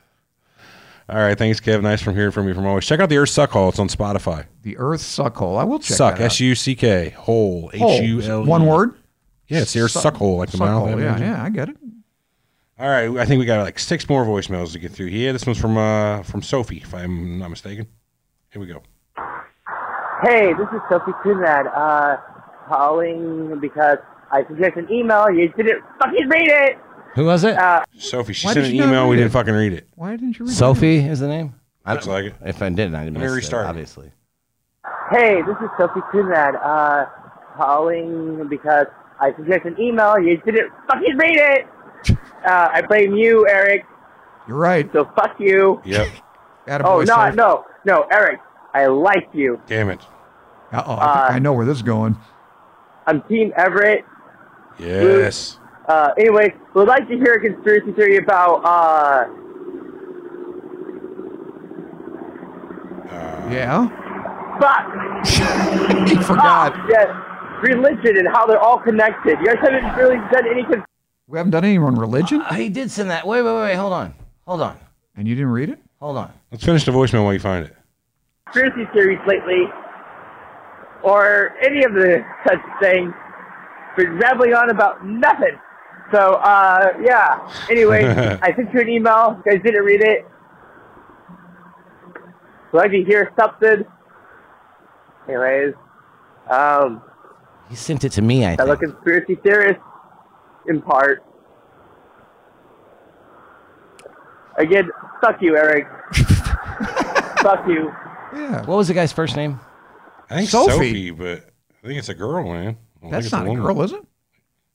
S4: All right, thanks, Kev. Nice from hearing from you from always. Check out the Earth Suck Hole. It's on Spotify.
S5: the Earth suck hole. I will check
S4: Suck.
S5: that out.
S4: S U C K. Hole. H
S5: Hole.
S4: U L. E.
S5: One word.
S4: Yeah, it's the Earth Suck, Hole, like the
S5: Suck
S4: mouth.
S5: hole. Yeah,
S4: image.
S5: yeah, I get it.
S4: All right, I think we got like six more voicemails to get through. Yeah, this one's from uh from Sophie, if I'm not mistaken. Here we go.
S9: Hey, this is Sophie Kunrad, uh, calling because I sent you an email. You didn't fucking read it.
S3: who was it?
S5: Uh,
S4: Sophie, she
S5: Why
S4: sent
S5: did
S4: an
S5: you not
S4: email. We
S5: read
S4: didn't
S5: it?
S4: fucking read it.
S5: Why didn't you read
S3: Sophie is the name. I
S4: Looks like it.
S3: If I didn't, I didn't.
S4: me restart it.
S3: obviously.
S9: Hey, this is Sophie Kunrad, uh, calling because I sent you an email. You didn't fucking read it. Uh, I blame you, Eric.
S5: it? You're right.
S9: So fuck you.
S4: Yep.
S5: Attaboy,
S9: Oh no,
S5: Sophie.
S9: no, no, Eric. I like you.
S4: Damn it.
S5: Uh-oh, I,
S9: Uh,
S5: think I know where this is going.
S9: I'm Team Everett.
S4: Yes.
S9: Uh, anyway, would like to hear a conspiracy theory about uh,
S5: Yeah,
S9: fuck.
S5: he forgot.
S9: Yes, religion and how they're all connected. You guys haven't really done any. Con-
S5: We haven't done anyone religion,
S3: Uh, he did send that. Wait, wait, wait. Hold on. Hold on.
S5: and you didn't read it.
S3: Hold on.
S4: Let's finish the voicemail while you find it.
S9: conspiracy theories lately or any of the such things. Been rambling on about nothing. So, uh, yeah. Anyway, I sent you an email. You guys didn't read it. Glad you hear something. Anyways, um,
S3: He sent it to me. I
S9: fellow
S3: think.
S9: conspiracy theorists, in part. Again, fuck you, Eric. fuck you.
S5: Yeah,
S3: What was the guy's first name?
S4: I think Sophie,
S5: Sophie.
S4: but I think it's a girl, man. I don't think
S5: that's
S4: it's a
S5: not a
S4: woman.
S5: girl, is it?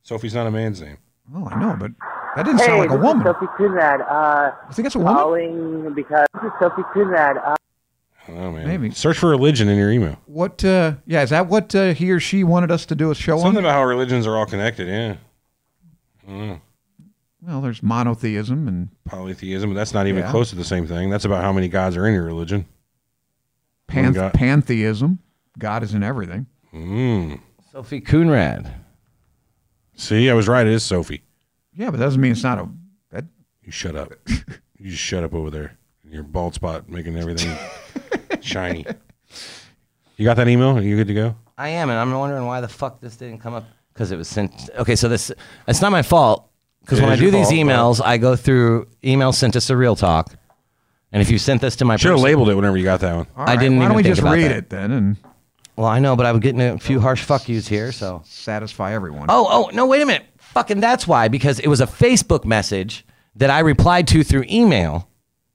S4: Sophie's not a man's name.
S5: Oh, I know, but that didn't
S9: hey,
S5: sound like a
S9: this
S5: woman.
S9: is Sophie Kunrad, uh,
S5: You think that's a woman?
S9: calling because this is Sophie Kunrad. Uh,
S4: I don't know, man.
S5: Maybe.
S4: Search for religion in your email.
S5: What? Uh, yeah, is that what uh, he or she wanted us to do a show
S4: Something
S5: on?
S4: about how religions are all connected, yeah. I don't know.
S5: Well, there's monotheism and
S4: Polytheism, but that's not even
S5: Yeah.
S4: close to the same thing. That's about how many gods are in your religion.
S5: pan-
S4: Oh God.
S5: pantheism. God is in everything.
S4: Mm.
S3: Sophie Coonrad.
S4: See, I was right. It is Sophie.
S5: Yeah, but that doesn't mean it's not a. That,
S4: You shut up. you just shut up over there. Your bald spot making everything shiny. You got that email? Are you good to go?
S3: I am, and I'm wondering why the fuck this didn't come up because it was sent. Okay, so this it's not my fault because
S4: It
S3: when I
S4: is
S3: do
S4: your
S3: these
S4: fault,
S3: emails, I go through emails sent to Surreal Talk, and if you sent this to my
S4: Should have
S3: person-
S4: labeled it whenever you got that one.
S5: all
S3: I didn't
S5: Why
S3: even
S5: don't we
S3: think
S5: just
S3: about
S5: read
S3: that.
S5: it then and
S3: well, I know, but I'm getting a few harsh fuck yous here. So
S5: satisfy everyone?
S3: oh oh no, wait a minute, fucking that's why because it was a Facebook message that I replied to through email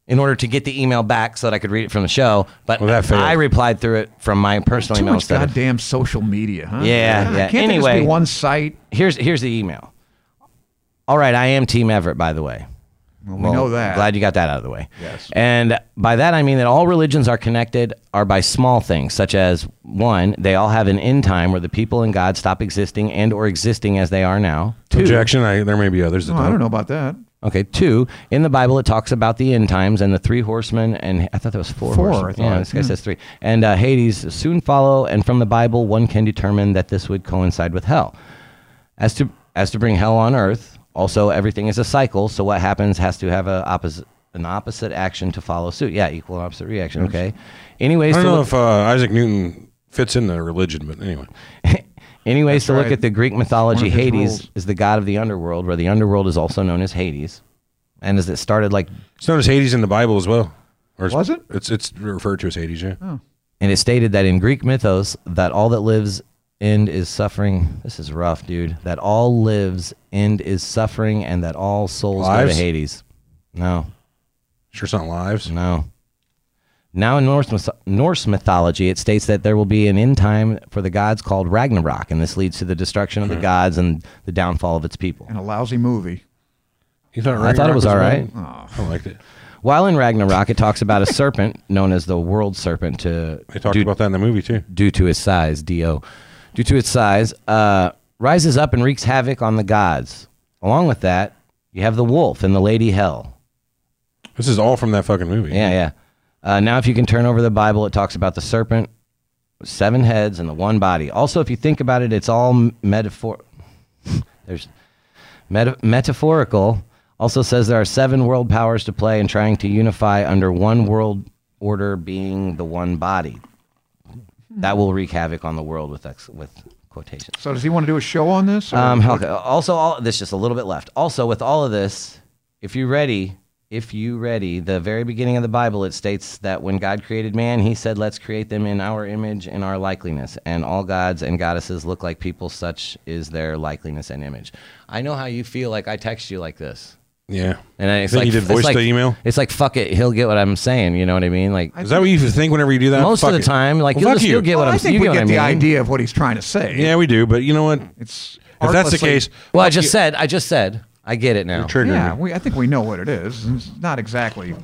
S3: in order to get the email back so that I could read it from the show, but
S4: Well, that failed.
S3: I replied through it from my personal
S5: Too
S3: email
S5: much
S3: instead of-
S5: goddamn social media, huh?
S3: Yeah, yeah.
S5: Can't there just
S3: Anyway.
S5: be one site?
S3: here's here's the email. All right, I am Team Everett, by the way.
S5: we know that.
S3: Glad you got that out of the way.
S5: Yes.
S3: And by that I mean that all religions are connected are by small things, such as one, they all have an end time where the people and God stop existing and or existing as they are now. Two,
S4: Objection. I, there may be others that
S5: No, I don't know about that.
S3: okay, two. In the Bible, it talks about the end times and the three horsemen, and I thought there was four.
S5: Four,
S3: horsemen.
S5: I
S3: yeah,
S5: thought,
S3: this guy
S5: yeah.
S3: says three. And uh, Hades soon follow, and from the Bible, one can determine that this would coincide with hell. As to as to bring hell on earth, also everything is a cycle. So what happens has to have a opposite an opposite action to follow suit. Yeah, equal and opposite reaction. Okay.
S4: I
S3: Anyways,
S4: don't
S3: to
S4: know
S3: look-
S4: if uh, Isaac Newton fits in the religion, but anyway.
S3: Any ways to look
S5: right.
S3: at the Greek mythology,
S5: One of his
S3: Hades
S5: rules.
S3: is the god of the underworld, where the underworld is also known as Hades. And as it started like,
S4: It's known as Hades in the Bible as well. Or it's-
S5: Was it?
S4: It's it's referred to as Hades. Yeah.
S3: and it stated that in Greek mythos, that all that lives end is suffering. This is rough, dude. That all lives end is suffering, and that all souls go
S4: Lives?
S3: to Hades. No,
S4: Sure, it's not lives.
S3: No. Now in Norse, myth- Norse mythology, it states that there will be an end time for the gods called Ragnarok, and this leads to the destruction of the gods and the downfall of its people.
S5: And a lousy movie.
S4: You thought
S3: I thought it
S4: Ragnarok
S3: was all right.
S4: bad? I liked it.
S3: While in Ragnarok, it talks about a serpent known as the world serpent to
S4: They talked
S3: due,
S4: about that in the movie too.
S3: due to its size, do, due to its size, uh, rises up and wreaks havoc on the gods. Along with that, you have the wolf and the lady Hell.
S4: This is all from that fucking movie.
S3: Yeah, yeah. Uh, now, if you can turn over the Bible, it talks about the serpent, seven heads, and the one body. Also, if you think about it, it's all m- metaphor. There's meta- metaphorical. Also says there are seven world powers to play and trying to unify under one world order, being the one body. That will wreak havoc on the world with ex- with quotations.
S5: So does he want to do a show on this? or-
S3: Um, okay. Also, all this just a little bit left. Also, with all of this, if you ready, if you ready, the very beginning of the Bible it states that when God created man, He said, "Let's create them in our image and our likeness." And all gods and goddesses look like people; such is their likeness and image. I know how you feel. Like I text you like this,
S4: Yeah.
S3: and it's
S4: Think
S3: like
S4: you did
S3: it's
S4: voice
S3: like-
S4: to email?
S3: It's like fuck it, he'll get what I'm saying. You know what I mean? Like
S4: Is that what you think whenever you do that?
S3: most
S4: Fuck
S3: of the
S4: it.
S3: time, like
S4: Well,
S3: you'll,
S4: fuck
S3: just,
S4: you.
S3: you'll get
S5: Well,
S3: what
S5: I
S3: I'm.
S5: think
S3: you
S5: we
S3: get
S5: get
S3: what I
S5: the
S3: mean.
S5: idea of what he's trying to say.
S4: Yeah, we do. But you know what?
S5: It's
S4: If that's the
S5: artlessly-
S4: case,
S3: Well, I just said. I just said. I get it now.
S4: trigger.
S5: Yeah, we, I think we know what it is. It's not exactly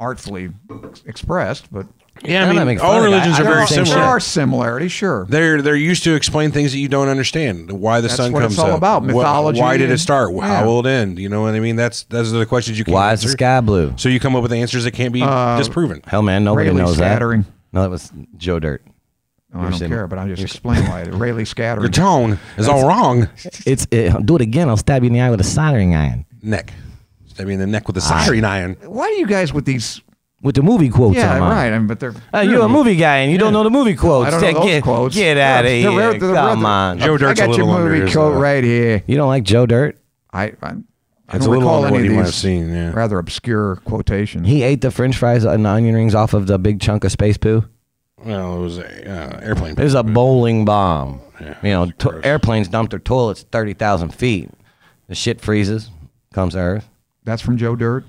S5: artfully ex- expressed, but
S4: Yeah,
S3: I'm
S4: I
S3: not
S4: mean,
S3: making
S4: all
S3: fun of that.
S4: religions
S3: I
S5: there
S4: are
S3: don't
S4: very
S5: are,
S3: think
S4: similar.
S5: there are similarities, sure.
S4: They're they're used to explain things that you don't understand. Why the
S5: That's
S4: sun
S5: what
S4: comes
S5: it's all
S4: up.
S5: about,
S4: Wh-
S5: mythology
S4: Why did it
S5: and-
S4: start?
S5: yeah.
S4: How will it end? You know what I mean? That's those are the questions you. Can't
S3: Why is the
S4: answer.
S3: sky blue?
S4: So you come up with answers that can't be
S5: Uh,
S4: disproven.
S3: Hell, man, nobody
S5: Rayleigh
S3: knows
S5: scattering.
S3: that. No, that was Joe Dirt.
S5: No, I don't
S3: sim-
S5: care, but I'll just explain why. it- Rayleigh
S4: Your
S5: scattering.
S4: tone is all wrong.
S3: It's it, do it again. I'll stab you in the eye with a soldering iron.
S4: neck. Stab me in the neck with a
S3: Ah.
S4: soldering iron.
S5: Why are you guys with these?
S3: With the movie quotes,
S5: Yeah,
S3: I'm on.
S5: right. I mean, but they're
S3: Uh, you're a movie guy and you don't know the movie quotes.
S5: I don't know those
S3: get,
S5: quotes.
S3: Get
S5: Yeah,
S3: out of
S5: they're
S3: here!
S5: rare- they're
S3: Come
S5: rather-
S3: on.
S4: Joe
S5: I
S4: Dirt's a
S5: got your
S4: little under
S5: movie
S4: his,
S5: quote
S4: uh,
S5: right here.
S3: You don't like Joe Dirt?
S5: I, I, I
S4: It's
S5: don't
S4: a little
S5: recall
S4: under
S5: any
S4: what
S5: of
S4: you might
S5: these
S4: have seen. Yeah.
S5: rather obscure quotations.
S3: He ate the French fries and onion rings off of the big chunk of space poo.
S4: Well, it was a uh, airplane.
S3: It was a bowling bomb.
S4: Yeah,
S3: you know,
S4: that's
S3: to-
S4: gross.
S3: airplanes dump their toilets thirty thousand feet. The shit freezes, comes to Earth.
S5: That's from Joe Dirt.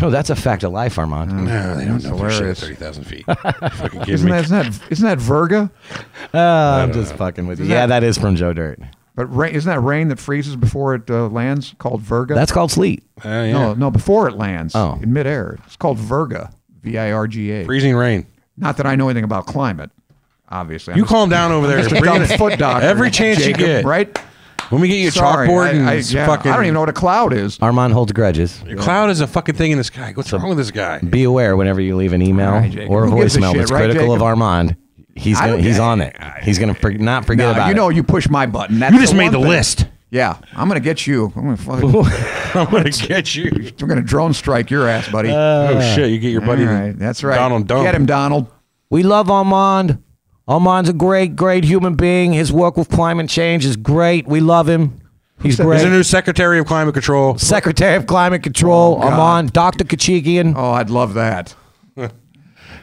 S3: No, that's a fact of life, Armand.
S4: no, they don't know their shit at
S5: hilarious.
S4: thirty thousand feet. You fucking kidding
S5: Isn't
S4: me?
S5: that, isn't that isn't that Virga?
S3: Ah, I'm just fucking with you. Yeah, that is from Joe Dirt.
S5: But rain, isn't that rain that freezes before it uh, lands called Virga?
S3: That's called sleet.
S4: Uh, yeah.
S5: no, no, before it lands
S3: Oh.
S5: in midair. It's called Virga, V-I-R-G-A.
S4: Freezing rain.
S5: Not that I know anything about climate, obviously. I'm
S4: You
S5: just
S4: calm down over there.
S5: a
S4: Bring
S5: dumb
S4: it-
S5: foot doctor.
S4: Every chance
S5: Jacob,
S4: you get.
S5: right?
S4: When we get you a
S5: Sorry,
S4: chalkboard
S5: I-
S4: and
S5: I,
S4: it's
S5: yeah,
S4: fucking.
S5: I don't even know what a cloud is.
S3: Armand holds grudges.
S4: Your cloud is a fucking thing in the sky. What's wrong with this guy?
S3: Be aware whenever you leave an email
S5: right, Jacob.
S3: or a
S5: Who gives a
S3: voicemail
S5: shit,
S3: that's
S5: right,
S3: critical of
S5: Jacob?
S3: Armand. He's
S5: I
S3: gonna,
S5: don't
S3: he's
S5: get-
S3: on it. He's gonna for, not forget
S5: Nah,
S3: about
S5: you
S3: it.
S5: know, you push my button. That's
S4: You just
S5: the
S4: made
S5: one
S4: the
S5: thing.
S4: list.
S5: Yeah, I'm gonna get you. I'm gonna fucking,
S4: I'm gonna get you.
S5: we're gonna drone strike your ass, buddy.
S4: Oh shit! You get your buddy.
S5: All right, that's right.
S4: Donald Dump.
S5: Get him, Donald.
S3: we love Armand. Armand's a great, great human being. His work with climate change is great. We love him. He's
S5: said-
S3: great.
S4: He's the new Secretary of Climate Control.
S3: Secretary of Climate Control, Armand, Dr. Kachigian.
S5: Oh, I'd love that.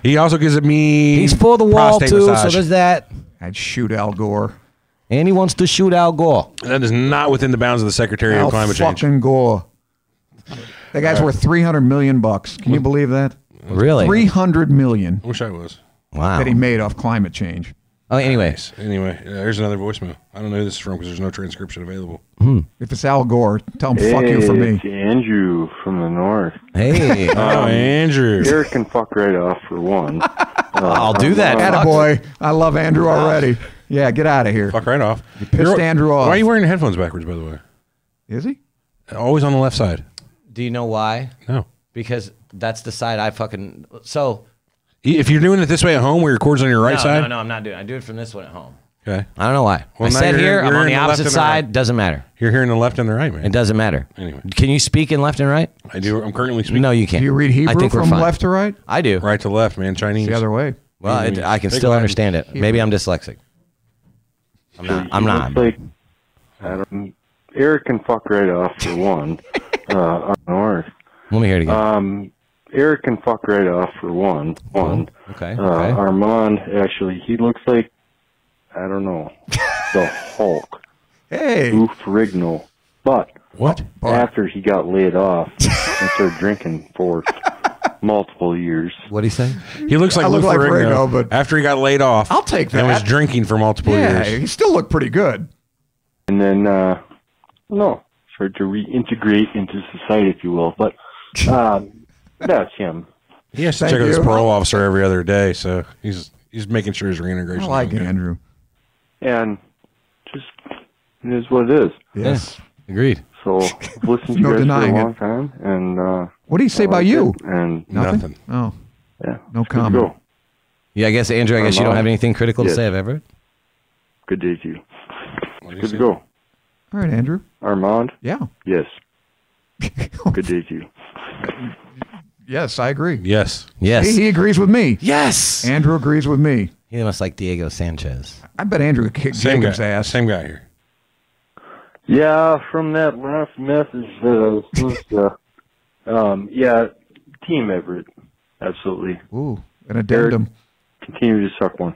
S4: He also gives me.
S3: He's for the wall
S4: prostate
S3: too, so
S4: massage.
S3: there's that.
S5: I'd shoot Al Gore.
S3: And he wants to shoot Al Gore.
S4: that is not within the bounds of the Secretary
S5: Al
S4: of Climate
S5: fucking
S4: Change.
S5: Gore. That guy's worth three hundred million bucks. Can you believe that?
S3: Really?
S5: Three hundred million
S4: I wish I was.
S3: Wow.
S5: that he made off climate change.
S3: Oh, anyways.
S4: Anyway, uh, there's another voicemail. I don't know who this is from because there's no transcription available.
S5: If it's Al Gore, tell him fuck you for me.
S10: Andrew from the north.
S3: Hey,
S4: Oh, Andrew.
S10: Eric can fuck right off for one.
S3: I'll do that. Fuck.
S5: Attaboy. I love Andrew already. Yeah, get out of here.
S4: Fuck right off. You
S5: pissed Andrew off.
S4: Why are you wearing your headphones backwards, by the way?
S5: Is he?
S4: Always on the left side.
S3: Do you know why?
S4: No.
S3: Because that's the side I fucking. So.
S4: If you're doing it this way at home where your cord's on your right
S3: no,
S4: side.
S3: No, no, I'm not doing it. I do it from this one at home.
S4: Okay.
S3: I don't know why.
S4: Well,
S3: I
S4: now
S3: sat
S4: you're-
S3: here. I'm
S4: you're
S3: on the
S4: in the left
S3: opposite
S4: and the
S3: side.
S4: right.
S3: Doesn't matter.
S4: You're hearing the left and the right, man.
S3: It doesn't matter.
S4: Anyway.
S3: Can you speak in left and right?
S4: I do. I'm currently speaking
S3: No, you can't.
S5: Do you read
S3: I
S5: Hebrew
S3: think we're
S5: from
S3: fine.
S5: left to right?
S3: I do.
S4: right to left, man. Chinese.
S5: The other way.
S3: Well, I, I can
S4: Big
S3: still
S4: Latin.
S3: understand it. Maybe I'm dyslexic.
S10: I'm not.
S3: I'm not.
S10: Like, I don't, Eric can fuck right off for one. uh, on North.
S3: Let me hear it again.
S10: Um, Eric can fuck right off for one. One.
S3: okay.
S10: Uh,
S3: okay.
S10: Armand actually, he looks like I don't know the Hulk,
S4: Mm.
S5: Hey,
S10: Oof Rignall, but
S4: What?
S10: after he got laid off and started drinking for multiple years.
S3: What'd he say?
S4: He looks like
S5: I look
S4: Lou
S5: like
S4: Ferrigno,
S5: Ferrigno, but-
S4: after he got laid off.
S5: I'll take
S4: And was
S5: that.
S4: drinking for multiple
S5: yeah,
S4: years.
S5: he still looked pretty good.
S10: and then uh no started to reintegrate into society if you will but um that's him
S4: He has to
S5: Thank
S4: check with his
S5: you.
S4: parole officer every other day, so he's he's making sure his reintegration.
S5: I like
S4: is good.
S5: Andrew.
S10: and just it is what it is
S5: Yes.
S3: Agreed.
S10: so I've listened to
S5: No
S10: you guys for a
S5: denying it.
S10: long time and uh
S5: What do you say
S10: I
S5: about
S10: like
S5: you?
S10: it, and
S4: Nothing.
S5: Oh,
S10: yeah
S5: No
S10: it's good to
S5: comment.
S10: go.
S3: Yeah, I guess Andrew. I guess you don't
S10: Armand?
S3: have anything critical to
S10: Yeah.
S3: say of Everett.
S10: good day to you It's good to go
S5: all right, Andrew.
S10: armand
S5: Yeah.
S10: yes good day to you
S5: Yes, I agree.
S4: Yes.
S3: Yes.
S5: He, he agrees with me.
S3: yes.
S5: Andrew agrees with me.
S3: he must like Diego Sanchez.
S5: I bet Andrew kicked
S4: Same
S5: Jacob's
S4: guy.
S5: ass.
S4: Same guy here.
S10: Yeah, from that last message that I was supposed to. Um, yeah, Team Everett. Absolutely.
S5: Ooh, an addendum.
S10: Continue to suck one.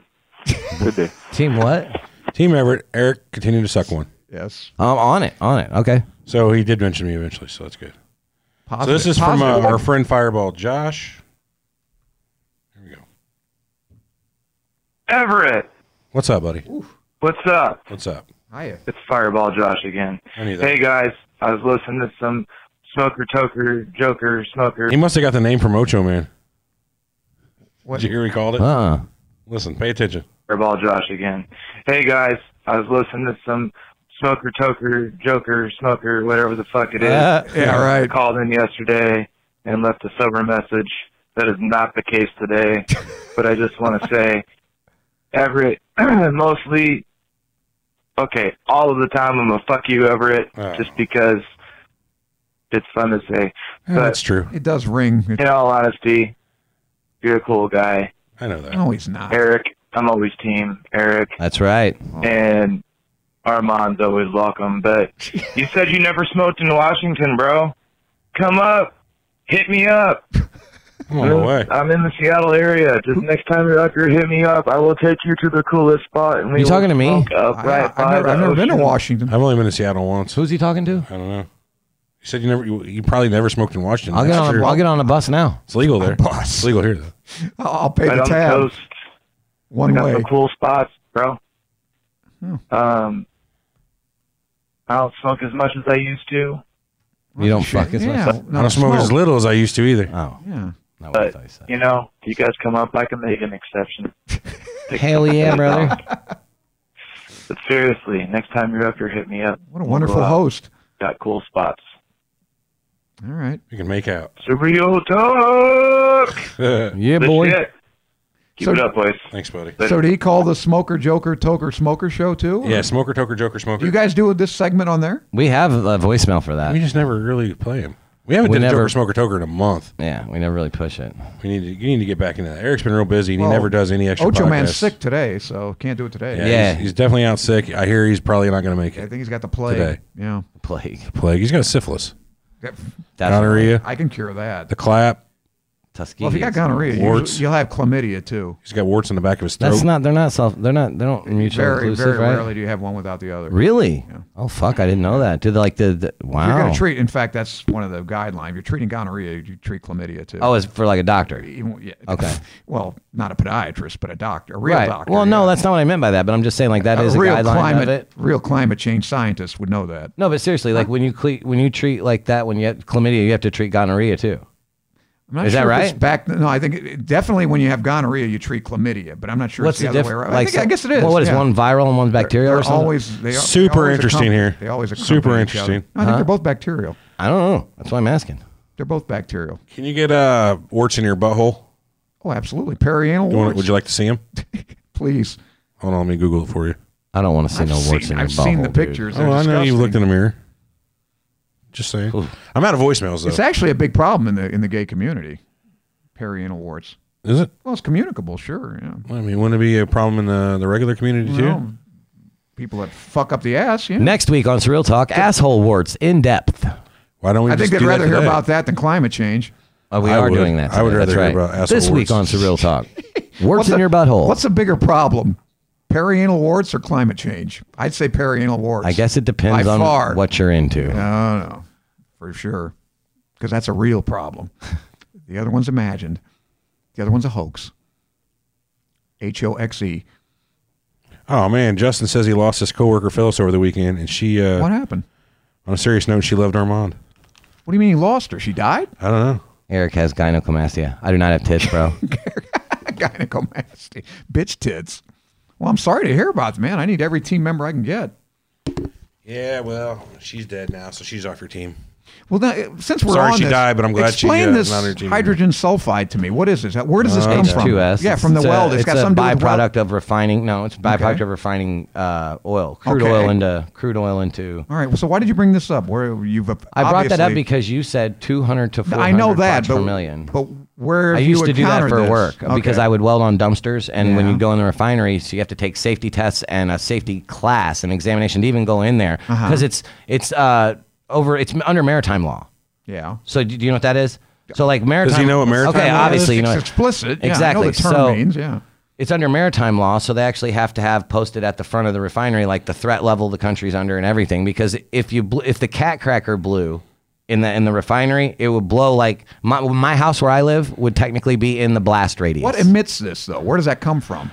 S10: Good day.
S3: Team what?
S4: Team Everett. Eric continued to suck one.
S5: Yes.
S3: Um, on it. On it. Okay.
S4: So he did mention me eventually, so that's good. So
S5: Positive.
S4: this is from uh, our friend Fireball Josh. Here we go.
S11: Everett,
S4: What's up, buddy?
S11: what's up?
S4: What's up?
S5: Hiya.
S11: It's Fireball Josh again.
S4: I knew that.
S11: Hey guys, I was listening to some Smoker Toker Joker Smoker.
S4: He must have got the name from Ocho Man.
S5: What?
S4: Did you hear we called it?
S3: Uh.
S4: Listen, pay attention.
S11: Fireball Josh again. Hey guys, I was listening to some Smoker Toker Joker Smoker, whatever the fuck it is.
S3: Uh,
S5: Yeah, right.
S11: Called in yesterday and left a sober message. That is not the case today, but I just want to say, Everett, mostly, okay, all of the time I'm a fuck you, Everett,
S4: Oh.
S11: just because it's fun to say.
S4: Yeah,
S11: But-
S4: that's true.
S5: It does ring. It-
S11: In all honesty, you're a cool guy.
S4: I know that.
S5: no, he's not.
S11: Eric, I'm always team Eric,
S3: That's right.
S4: Uh-huh.
S11: and Armand's always welcome. But you said you never smoked in Washington, bro. Come up, hit me up.
S4: I'm on the way.
S11: I'm in the Seattle area. Just next time you're up here, hit me up. I will take you to the coolest spot. And we
S3: You
S11: will
S3: talking to me?
S11: smoke Up
S5: I,
S11: right
S5: have
S11: by
S5: never,
S11: the
S5: I've never been to
S11: ocean.
S5: Washington.
S4: I've only been to Seattle once.
S3: Who's he talking to?
S4: I don't know. You said you never. You, you probably never smoked in Washington.
S3: I'll get
S4: That's
S3: on.
S4: true.
S3: A, I'll get on a bus now.
S4: It's legal there.
S5: bus.
S4: It's legal here though.
S5: I'll- I'll pay
S11: Right
S5: the
S11: on the
S5: tab
S11: coast.
S5: one
S11: Got
S5: way.
S11: some cool spots, bro.
S3: Hmm.
S11: Um, I don't smoke as much as I used to.
S3: You don't fuck as
S5: yeah,
S3: much.
S5: no,
S4: I don't smoke, as little as I used to either.
S3: Oh,
S5: Yeah.
S3: not what I
S11: But
S3: thought you said.
S11: you know, if you guys come up, I can make an exception.
S3: Hell yeah, brother.
S11: But seriously, next time you're up here, hit me up.
S5: What a wonderful
S11: Wow.
S5: host.
S11: Got cool spots.
S5: All right.
S4: We can make out.
S11: Super Yo Talk.
S3: Yeah,
S11: The
S3: boy.
S11: shit. Keep
S5: So-
S11: it up, boys.
S4: Thanks, buddy.
S11: But-
S5: So did he call the Smoker Joker Toker Smoker show too?
S4: Yeah, smoker, toker, joker,
S5: Do
S4: smoker.
S5: you guys do this segment on there?
S3: We have a voicemail for
S4: we
S3: that.
S4: just never really play him. We haven't
S3: We
S4: done
S3: never-
S4: joker, smoker, toker in a month.
S3: Yeah, we never really push it.
S4: We need to. You need to get back into that. Eric's been real busy. and He
S5: Well,
S4: never does any extra.
S5: Ocho Man's
S4: podcasts.
S5: sick today, so can't do it today.
S4: Yeah,
S3: Yeah.
S4: He's, he's definitely out sick. I hear he's probably not going to make
S5: I
S4: it.
S5: think he's got the plague.
S4: Today.
S5: Yeah.
S3: Plague.
S4: Plague. He's got syphilis,
S5: That-
S3: That's
S4: gonorrhea,
S5: I can cure that.
S4: the clap.
S3: Tuskegee.
S5: Well, if you got gonorrhea, you,
S4: Warts.
S5: you'll have chlamydia too.
S4: He's got warts in the back of his throat.
S3: That's not. They're not self. They're not. They don't mutually
S5: Very,
S3: inclusive,
S5: very
S3: right?
S5: rarely do you have one without the other.
S3: Really? Oh fuck! I didn't know that. Did like the, the wow?
S5: If You're going to treat. In fact, that's one of the guidelines. If You're treating gonorrhea. You treat chlamydia too.
S3: oh, it's for like a doctor.
S5: Even- yeah.
S3: Okay.
S5: well, not a podiatrist, but a doctor, a real
S3: right.
S5: doctor.
S3: well, no,
S5: yeah.
S3: that's not what I meant by that. But I'm just saying like that
S5: a
S3: is a,
S5: real
S3: guideline
S5: climate.
S3: of it.
S5: Real climate change scientists would know that.
S3: No, but seriously, like when you cle- when you treat like that, when you have chlamydia, you have to treat gonorrhea too.
S5: I'm not
S3: Is that
S5: sure if it's
S3: right?
S5: Back. No, I think it- it, definitely when you have gonorrhea, you treat chlamydia, but I'm not sure
S3: What's
S5: it's
S3: the
S5: the, other way
S3: difference?
S5: around. I, think, I guess it is.
S3: Well, what is
S5: yeah.
S3: one viral and one bacterial?
S5: They're
S3: or something?
S5: always they are
S4: Super
S5: they always
S4: interesting
S5: accompany-
S4: here.
S5: They always accompany
S4: Super
S5: each other.
S4: interesting.
S5: I think they're both bacterial.
S3: I don't know. That's why I'm asking.
S5: They're both bacterial.
S4: Can you get uh, warts in your butthole?
S5: Oh, absolutely. Perianal
S4: You wanna-
S5: warts.
S4: would you like to see him?
S5: Please.
S4: Hold on, let me Google it for you.
S3: I don't want to see
S5: I've
S3: no warts
S5: seen,
S3: in your
S5: I've seen
S3: butthole,
S5: the
S3: dude.
S5: pictures. They're
S4: oh, I know
S5: disgusting.
S4: you've looked in the mirror. Just saying. I'm out of voicemails
S5: It's
S4: though.
S5: actually a big problem in the in the gay community. Perianal warts.
S4: Is it?
S5: Well, it's communicable, sure. Yeah.
S4: I mean, wouldn't it be a problem in the, the regular community too?
S5: Well, people that fuck up the ass. Yeah.
S3: Next week on Surreal Talk, asshole warts in depth.
S4: Why don't
S5: I think they'd rather hear about that than climate change.
S3: Oh, we
S4: I
S3: are
S4: would.
S3: doing that.
S4: I would
S3: today.
S4: rather
S3: That's
S4: hear
S3: right.
S4: about asshole
S3: This week on
S4: warts.
S3: Surreal Talk, warts
S5: What's
S3: in
S5: the-
S3: your butthole.
S5: What's a bigger problem, perianal warts or climate change? I'd say perianal warts.
S3: I guess it depends
S5: By
S3: on
S5: far.
S3: what you're into.
S5: No, no, for sure, because that's a real problem. the other one's imagined. The other one's a hoax. H O X E.
S4: Oh man, Justin says he lost his coworker Phyllis over the weekend, and she. Uh,
S5: What happened?
S4: On a serious note, she loved Armand.
S5: What do you mean he lost her? She died?
S4: I don't know.
S3: Eric has gynecomastia. I do not have tits, bro.
S5: Gynecomasty. Bitch tits. Well, I'm sorry to hear about it, man. I need every team member I can get.
S4: Yeah, well, she's dead now, so she's off your team.
S5: Well, now, uh, since we're
S4: Sorry
S5: on
S4: she
S5: this,
S4: died, but I'm glad she,
S5: explain
S4: uh,
S5: this
S4: not on her team.
S5: hydrogen sulfide to me. What is this? Where does this
S4: Uh,
S5: come from?
S3: H2S.
S5: Yeah, from the
S3: It's a-
S5: weld. it's got
S3: a
S5: some
S3: byproduct of refining. No, it's a byproduct
S5: Okay.
S3: of refining uh, oil, crude
S5: Okay.
S3: oil into crude oil into.
S5: All right. Well, so why did you bring this up? Where you've
S3: I brought that up
S5: obviously-
S3: because you said 200 to 400
S5: I know that,
S3: parts per
S5: but
S3: million.
S5: but where
S3: I
S5: have
S3: used
S5: you
S3: to do that
S5: encountered
S3: for
S5: this?
S3: work
S5: Okay.
S3: because I would weld on dumpsters, and when
S5: Yeah.
S3: you go in the refinery, so you have to take safety tests and a safety class and examination to even go in there
S5: Uh-huh.
S3: because it's it's uh, over it's under maritime law.
S5: yeah.
S3: So do, do you know what that is? So like maritime.
S4: know what maritime
S3: Okay,
S4: law
S3: obviously
S5: it's
S3: you know. it.
S5: explicit. Yeah, I know
S3: Exactly.
S5: the term
S3: So-
S5: means yeah.
S3: It's under maritime law, so they actually have to have posted at the front of the refinery like the threat level the country's under and everything. Because if you bl- if the cat cracker blew in the in the refinery, it would blow like my my house where I live would technically be in the blast radius.
S5: What emits this though? Where does that come from?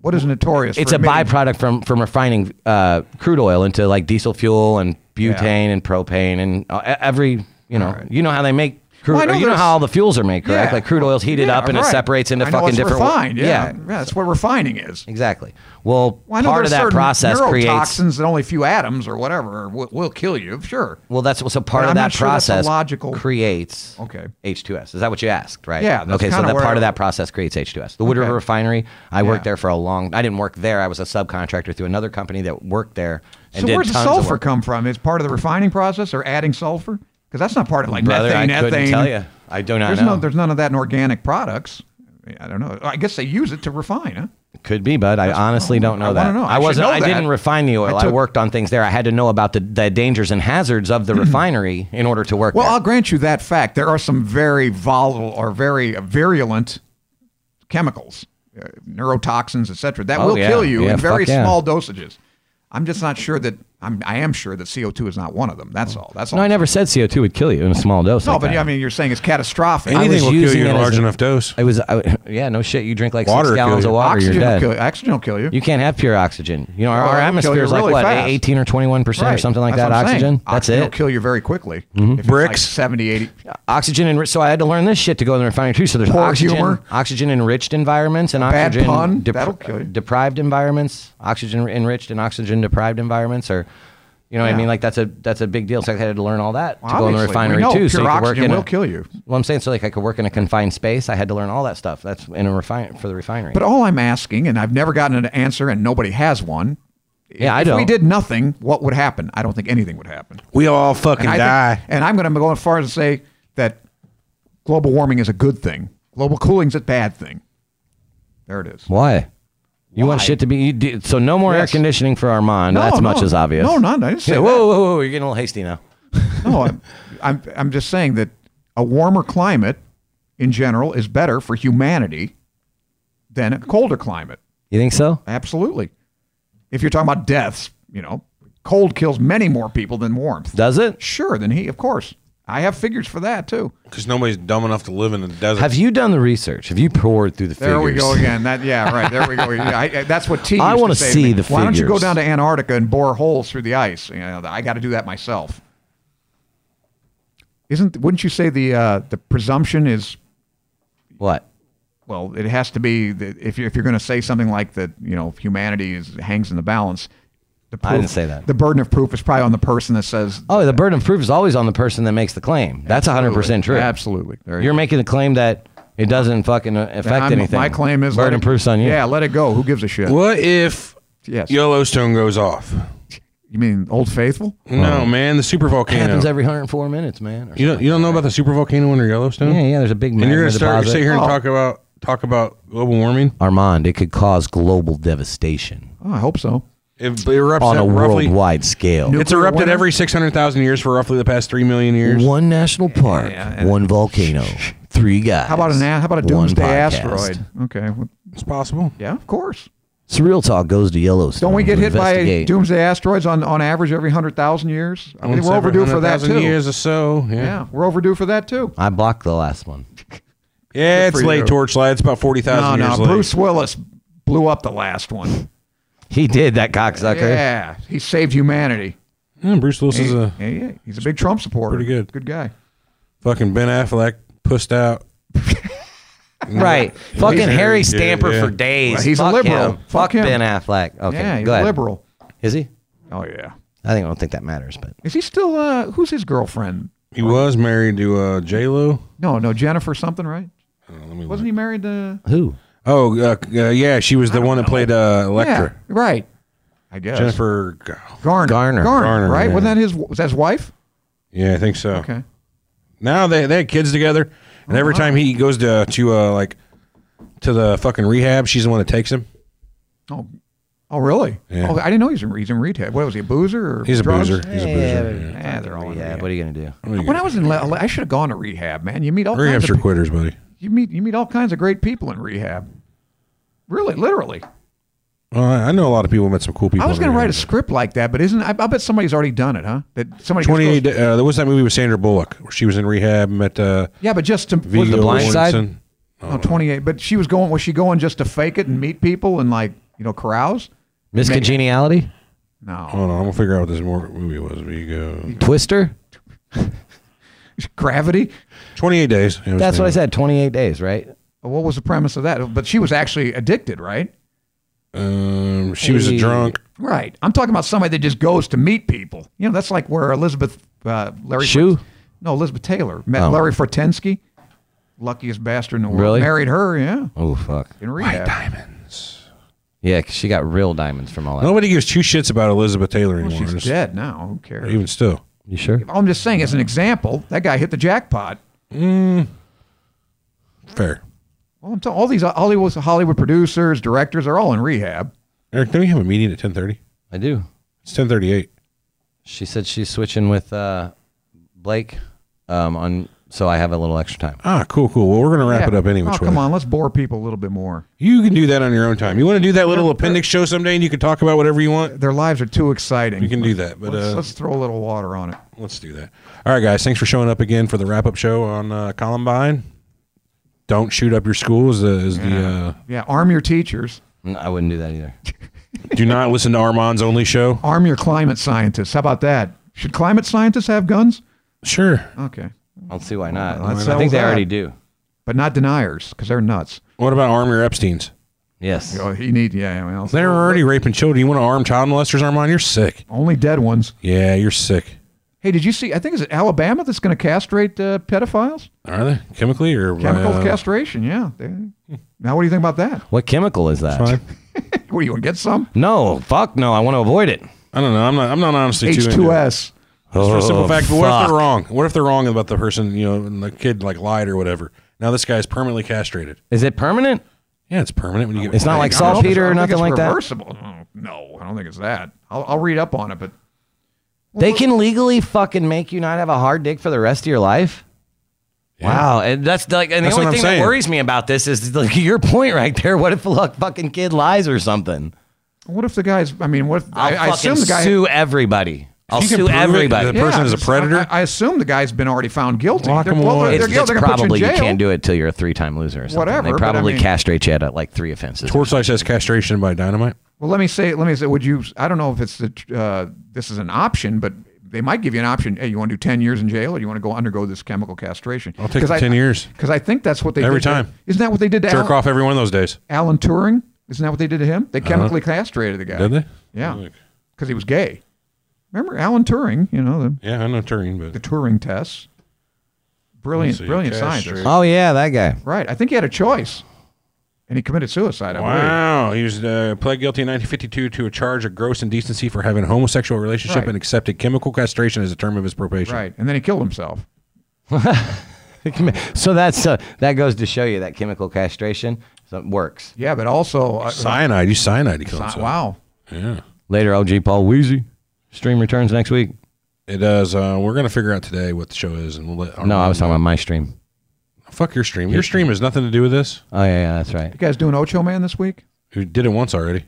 S5: What is notorious?
S3: it's
S5: for
S3: a
S5: emitting-
S3: byproduct from from refining uh, crude oil into like diesel fuel and butane and propane and uh, e- every you know you know how they make crude
S5: Well, I know
S3: or you know
S5: there's-
S3: how all the fuels are made correct
S5: Yeah.
S3: like crude oil's heated
S5: Yeah,
S3: up and it
S5: right.
S3: separates into
S5: I know
S3: fucking
S5: it's
S3: different
S5: refined. Yeah. yeah, that's what refining is.
S3: exactly well
S5: Well, I know
S3: part
S5: there's
S3: of that
S5: certain
S3: process creates
S5: neurotoxins that only a few atoms or whatever will, will kill you. Sure.
S3: well that's so part
S5: But
S3: of
S5: I'm
S3: that
S5: not sure that's a
S3: process
S5: logical-
S3: creates
S5: Okay.
S3: H2S. Is that what you asked, right?
S5: Yeah, that's
S3: okay, so
S5: kinda
S3: that
S5: where
S3: part
S5: I-
S3: of that process creates H2S. The Wood River
S5: Okay.
S3: Refinery, I worked
S5: Yeah.
S3: there for a long I didn't work there. I was a subcontractor through another company that worked there and
S5: So
S3: did
S5: where's the
S3: tons of
S5: sulfur
S3: work.
S5: come from? Is part of the refining process or adding sulfur? Because that's not part of like
S3: Brother,
S5: methane,
S3: I couldn't
S5: ethane.
S3: tell you. I do not
S5: There's
S3: know.
S5: no, there's none of that in organic products. I don't know. I guess they use it to refine, huh?
S3: Could be, but I honestly don't know
S5: I
S3: that.
S5: wanna know. I
S3: I
S5: should
S3: wasn't.
S5: know
S3: I
S5: that.
S3: didn't refine the oil. I,
S5: I took-
S3: worked on things there. I had to know about the, the dangers and hazards of the refinery in order to work.
S5: Well, I'll
S3: there.
S5: grant you that fact. There are some very volatile or very virulent chemicals, uh, neurotoxins, etc. That
S3: Oh,
S5: will
S3: yeah.
S5: kill you
S3: Yeah,
S5: in very
S3: fuck yeah.
S5: small dosages. I'm just not sure that I'm, I am sure that CO2 is not one of them. That's all. That's all.
S3: no, I never said CO two would kill you in a small dose.
S5: No,
S3: like
S5: but
S3: that.
S5: yeah, I mean, you're saying it's catastrophic.
S3: I was
S4: Anything will kill
S3: using
S4: you in
S3: it
S4: a
S3: as
S4: large
S3: a-
S4: enough dose.
S3: It was. I, yeah, no shit. You drink like
S4: Water will
S3: six
S4: kill
S3: gallons
S4: you.
S3: of water,
S5: oxygen,
S3: you're dead.
S5: Will kill, oxygen will kill you.
S3: You can't have pure oxygen. You know, our,
S5: No,
S3: our
S5: it'll kill
S3: atmosphere
S5: you
S3: is like
S5: really
S3: what,
S5: fast.
S3: 18 or 21 percent or
S5: Right.
S3: something like
S5: That's
S3: that.
S5: what I'm
S3: Oxygen.
S5: saying.
S3: That's
S5: Oxygen
S3: it.
S5: will kill you very quickly. If it's
S4: Bricks.
S5: like 70, 80.
S3: Oxygen enriched. So I had to learn this shit to go in the refinery too. So there's
S5: Poor
S3: oxygen,
S5: humor.
S3: oxygen enriched environments and
S5: bad
S3: oxygen
S5: pun, that'll kill you.
S3: deprived environments. Oxygen enriched and oxygen deprived environments are, you know, what I
S5: Yeah.
S3: mean, like that's a that's a big deal. So I had to learn all that to go in the
S5: Obviously, we
S3: refinery
S5: know
S3: too. so
S5: pure
S3: you could work
S5: oxygen
S3: in a-
S5: will kill you.
S3: Well, I'm saying so like I could work in a confined space. I had to learn all that stuff. That's in a refine for the refinery.
S5: But uh, all I'm asking, and I've never gotten an answer, and nobody has one.
S3: Yeah, I
S5: if we
S3: don't.
S5: did nothing, what would happen? I don't think anything would happen.
S4: We all fucking
S5: And, I
S4: die.
S5: Think, and I'm going to go as far as to say that global warming is a good thing. Global cooling's a bad thing. There it is.
S3: Why? You want
S5: Why?
S3: shit to be you do- so no more air
S5: Yes.
S3: conditioning for Armand.
S5: No,
S3: That's much
S5: no.
S3: as obvious.
S5: No, no, no, I didn't say
S3: Yeah,
S5: that.
S3: whoa, whoa, whoa, whoa! You're getting a little hasty now.
S5: No, I'm, I'm, I'm just saying that a warmer climate in general is better for humanity than a colder climate.
S3: You think so?
S5: Absolutely. If you're talking about deaths, you know, cold kills many more people than warmth.
S3: Does it?
S5: Sure, than he, of course. I have figures for that too.
S4: Because nobody's dumb enough to live in the desert.
S3: Have you done the research? Have you poured through the
S5: There we
S3: figures?
S5: go again. That yeah, right. There we go. Yeah, I, I- that's what T.
S3: I
S5: used
S3: wanna
S5: to say
S3: see
S5: me.
S3: the
S5: Why don't you go
S3: figures."
S5: down to Antarctica and bore holes through the ice? You know, I got to do that myself. Isn't? Wouldn't you say the uh, the presumption is
S3: What?
S5: well, it has to be that if you're, if you're going to say something like that, you know, humanity is, hangs in the balance. The
S3: I
S5: proof-
S3: didn't say that.
S5: The burden of proof is probably on the person that says.
S3: Oh, the burden of proof is always on the person that makes the claim. That's 100% true.
S5: Absolutely. There you
S3: You're
S5: go.
S3: making the claim that it doesn't fucking affect
S5: I'm-
S3: anything.
S5: My claim is let
S3: burden
S5: it-
S3: of proof's on you.
S5: Yeah, let it go. Who gives a shit?
S4: what if
S5: Yes.
S4: Yellowstone goes off?
S5: You mean Old Faithful?
S4: No, man, the super
S3: It
S4: volcano.
S3: happens every 104 minutes, man. or
S4: you don't
S3: something.
S4: you don't know about the super volcano under Yellowstone?
S3: yeah, yeah, there's a big
S4: And you're
S3: magma
S4: gonna start
S3: deposit.
S4: sit here and
S5: Oh.
S4: talk about talk about global warming.
S3: Armand, it could cause global devastation.
S5: Oh, I hope so.
S4: It, erupts
S3: on a
S4: roughly-
S3: worldwide scale.
S4: it's erupted every 600,000 years for roughly the past 3 million years.
S3: One national park, one volcano, three guys.
S4: How about an a- how about a
S3: one
S4: doomsday
S3: podcast.
S5: asteroid? Okay,
S4: it's possible.
S5: Yeah, of course.
S3: Surreal Talk goes to Yellowstone.
S5: Don't we get
S3: to
S5: hit by
S3: investigate.
S5: doomsday asteroids on, on average every hundred thousand years? I mean,
S3: Once
S5: we're
S3: every
S5: overdue for that
S4: 100,000
S5: too.
S4: years or so, yeah.
S5: we're overdue for that too.
S3: I blocked the last one.
S4: Yeah,
S5: Good
S4: it's
S5: for
S4: late,
S5: you.
S4: Torchlight. It's about 40,000
S5: no,
S4: years
S5: no,
S4: late.
S5: Bruce Willis blew up the last one.
S3: He did that cocksucker.
S5: Yeah, he saved humanity.
S4: Bruce Willis is a
S5: Yeah, yeah, he's a big Trump supporter.
S4: pretty good.
S5: Good guy.
S4: Fucking Ben Affleck pushed out.
S3: Right.
S4: Yeah.
S3: Fucking
S4: Yeah,
S3: Harry
S4: yeah,
S3: Stamper
S4: yeah.
S3: for days.
S5: Well, he's a
S3: Fuck
S5: liberal.
S3: him.
S5: Fuck
S3: Fuck,
S5: him.
S3: Ben Affleck. Okay.
S5: yeah, he's
S3: go
S5: a
S3: ahead.
S5: liberal.
S3: Is he?
S5: Oh yeah.
S3: I think I don't think that matters, but
S5: Is he still? Uh, who's his girlfriend?
S4: He was married to uh, J Lo.
S5: No, no, Jennifer something, right? Wasn't he married to?
S3: Who?
S4: Oh, uh, uh, yeah, she was the one that played uh, Electra.
S5: Yeah, right. I guess
S4: Jennifer.
S5: Garner.
S3: Garner.
S5: Garner,
S4: Garner,
S5: right?
S4: yeah.
S5: Wasn't that his? Was that his wife?
S4: Yeah, I think so.
S5: Okay. Uh-huh.
S4: Now they they had kids together, and every time he goes to to uh, like to the fucking rehab, she's the one that takes him.
S5: Oh, oh, really?
S4: Yeah.
S5: Oh, I didn't know he was in, he's in rehab. What was he? A boozer? Or
S4: He's a
S5: drugs?
S4: boozer. He's a boozer. Yeah.
S5: Yeah, they're all in
S3: yeah,
S5: rehab.
S3: what are you going to do?
S4: What are you
S5: When
S4: gonna-
S5: I was in, le- I should have gone to rehab, man. You meet all
S4: Rehab's
S5: kinds
S4: for
S5: of,
S4: quitters, buddy.
S5: you meet you meet all kinds of great people in rehab. Really, literally.
S4: Well, I I know a lot of people met some cool people.
S5: I was
S4: in
S5: going to
S4: rehab.
S5: write a script like that, but isn't? I, I bet somebody's already done it, huh? That somebody. just goes-
S4: 28 da- uh, there was that movie with Sandra Bullock where she was in rehab and met uh
S5: Yeah, but just to
S4: Viggo
S3: The Blind Side?
S4: Mortensen.
S5: no, 28. But she was going. Was she going just to fake it and meet people and like you know carouse?
S3: Miss
S5: Maybe.
S3: Congeniality?
S5: No,
S4: Hold on, I'm gonna figure out what this mor- movie was. Vigo.
S3: Twister?
S5: gravity.
S4: 28 days. It was
S3: That's what I
S4: named.
S3: said. 28 days, right?
S5: What was the premise of that? But she was actually addicted, right?
S4: Um, she was a
S3: Hey.
S4: drunk.
S5: Right. I'm talking about somebody that just goes to meet people. You know, that's like where Elizabeth uh, Larry
S3: Shoe?
S5: No, Elizabeth Taylor met
S3: Oh.
S5: Larry Fortensky, luckiest bastard in the world.
S3: Really?
S5: Married her, yeah,
S3: Oh, fuck.
S5: in rehab.
S3: Yeah, 'cause she got real diamonds from all that.
S4: Nobody gives two shits about Elizabeth Taylor anymore.
S5: She's
S4: Just-
S5: dead now. Who cares?
S4: Even still,
S3: You sure?
S5: I'm just saying, as an example, that guy hit the jackpot.
S4: fair.
S5: Well, I'm telling all these uh, Hollywood Hollywood producers, directors are all in rehab.
S4: Eric, don't you have a meeting at 10:30?
S3: I do.
S4: It's 10:38.
S3: She said she's switching with uh, Blake um, on, so I have a little extra time.
S4: Ah, cool, cool. Well, we're gonna wrap it
S5: Yeah.
S4: up anyway.
S5: Oh, come on, let's bore people a little bit more.
S4: You can do that on your own time. You want to do that little appendix show someday, and you can talk about whatever you want.
S5: Their lives are too exciting.
S4: You can do that, but
S5: let's,
S4: uh,
S5: let's throw a little water on it.
S4: Let's do that. All right, guys. Thanks for showing up again for the wrap up show on uh, Columbine. Don't shoot up your school is the, is the uh,
S5: Yeah, arm your teachers,
S3: N- I wouldn't do that either.
S4: do not listen to Armand's only show.
S5: arm your climate scientists. How about that? Should climate scientists have guns?
S4: Sure.
S5: Okay,
S3: I don't see why not.
S5: Well, that
S3: I think
S5: settles
S3: they
S5: that.
S3: already do.
S5: but not deniers because they're nuts.
S4: What about arm your Epstein's?
S3: Yes.
S5: Oh, he need yeah. Well,
S4: They're already raping children. You want to arm child molesters, Armand? You're sick.
S5: only dead ones.
S4: Yeah, you're sick.
S5: Hey, did you see? I think is it Alabama that's going to castrate uh, pedophiles?
S4: Are they chemically or by,
S5: Chemical
S4: uh,
S5: castration. Yeah. They- now, what do you think about that?
S3: What chemical is that?
S4: fine?
S5: What do you want to get some?
S3: No, fuck no. I want to avoid it.
S4: I don't know. I'm not. I'm not honestly too. into it.
S5: H2S.
S4: Just for a simple
S3: Oh,
S4: fact. But what if
S3: fuck.
S4: they're wrong? What if they're wrong about the person? You know, and the kid like lied or whatever. Now this guy's permanently castrated.
S3: Is it permanent?
S4: Yeah, it's permanent when you get.
S3: It's not like
S5: I don't know if it's-
S3: saltpeter
S5: I
S3: or
S5: don't think
S3: nothing
S5: it's
S3: like that.
S5: reversible. Oh, No, I don't think it's that. I'll, I'll read up on it, but
S3: They can legally fucking make you not have a hard dick for the rest of your life. Wow, and that's like, and
S4: That's
S3: the
S4: what
S3: only
S4: I'm
S3: thing
S4: saying.
S3: that worries me about this is like your point right there. What if a luck fucking kid lies or something?
S5: what if the guy's? I mean, what? If,
S3: I'll
S5: I, I
S3: fucking
S5: assume the guy.
S3: sue everybody. I'll
S4: you can
S3: sue
S4: prove it,
S3: everybody.
S4: the person is a
S5: I-
S4: predator?
S5: I, I assume the guy's been already found guilty.
S4: Lock him away.
S5: they're-
S3: It's,
S5: they're
S3: it's
S5: gonna put in
S3: probably you
S5: jail.
S3: can't do it till you're a three-time loser or something.
S5: Whatever,
S3: They
S5: but I
S3: probably
S5: mean-
S3: castrate you at uh, like three offenses.
S4: Torchlight says castration by dynamite.
S5: Well, let me say, let me say, would you? I don't know if it's the uh, this is an option, but they might give you an option. Hey, you want to do ten years in jail, or you want to go undergo this chemical castration?
S4: I'll take the 10 years.
S5: because I think that's what they
S4: Every
S5: did to-
S4: time.
S5: isn't that what they did to
S4: Jerk
S5: Alan,
S4: off every one of those days.
S5: Alan Turing? Isn't that what they did to him? They chemically castrated the guy.
S4: Did they?
S5: Yeah, because he was gay. Remember Alan Turing? You know the,
S4: Yeah, I know Turing, but
S5: the Turing tests. Brilliant,
S4: see,
S5: brilliant
S4: castrate.
S5: scientist.
S3: Oh yeah, that guy.
S5: Right. I think he had a choice, and he committed suicide. I believe.
S4: wow, he was uh, pled guilty in 1952 to a charge of gross indecency for having a homosexual relationship
S5: Right.
S4: and accepted chemical castration as a term of his probation.
S5: Right, and then he killed himself.
S3: So that's uh, that goes to show you that chemical castration so it works.
S5: Yeah, but also, uh,
S4: Cyanide, you cyanide, he calls it.
S5: wow.
S4: Yeah.
S3: Later, OG Paul Wheezy. Stream returns next week.
S4: It does. Uh, we're gonna figure out today what the show is, and we'll let.
S3: No, I was talking about my stream.
S4: Fuck your stream. Your stream has nothing to do with this.
S3: Oh yeah, yeah that's right.
S5: You guys doing Ocho Man this week?
S4: Who did it once already?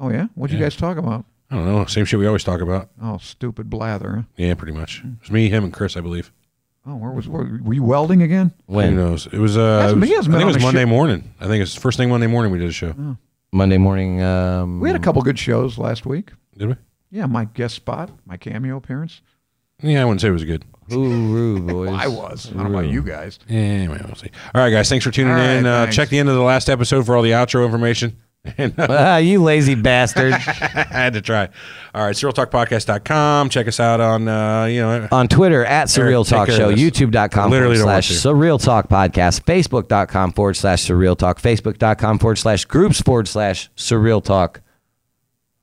S5: Oh yeah. What'd you guys talk about?
S4: I don't know. Same shit we always talk about.
S5: Oh, stupid blather.
S4: Yeah, pretty much.
S5: Hmm.
S4: It was me, him, and Chris, I believe.
S5: Oh, where was where, were you welding again?
S4: Who knows? It was. Uh,
S5: That's-
S4: it was-
S5: he hasn't
S4: I
S5: been on
S4: think it
S5: Oh.
S4: was
S5: a
S4: Monday
S5: shit-
S4: morning. I think it's first thing Monday morning we did a show.
S3: Monday morning. Um,
S5: We had a couple good shows last week.
S4: Did we?
S5: Yeah, my guest spot, my cameo appearance.
S4: Yeah, I wouldn't say it was good.
S3: Hooroo, boys.
S5: I was. I don't know about you guys.
S4: Yeah, anyway, we'll see. All right, guys. Thanks for tuning
S5: All right,
S4: in. Uh,
S5: thanks.
S4: check the end of the last episode for all the outro information. And, uh,
S3: Ah, you lazy bastard.
S4: I had to try. All right, CyrilTalkPodcast.com. Check us out on, uh, you know,
S3: on Twitter at
S4: Eric,
S3: Surreal
S4: take
S3: Talk
S4: care of
S3: Show,
S4: this.
S3: YouTube.com
S4: Literally
S3: forward
S4: don't want
S3: slash Surreal Talk Podcast, Facebook.com forward slash Surreal Talk, Facebook.com forward slash groups forward slash Surreal Talk.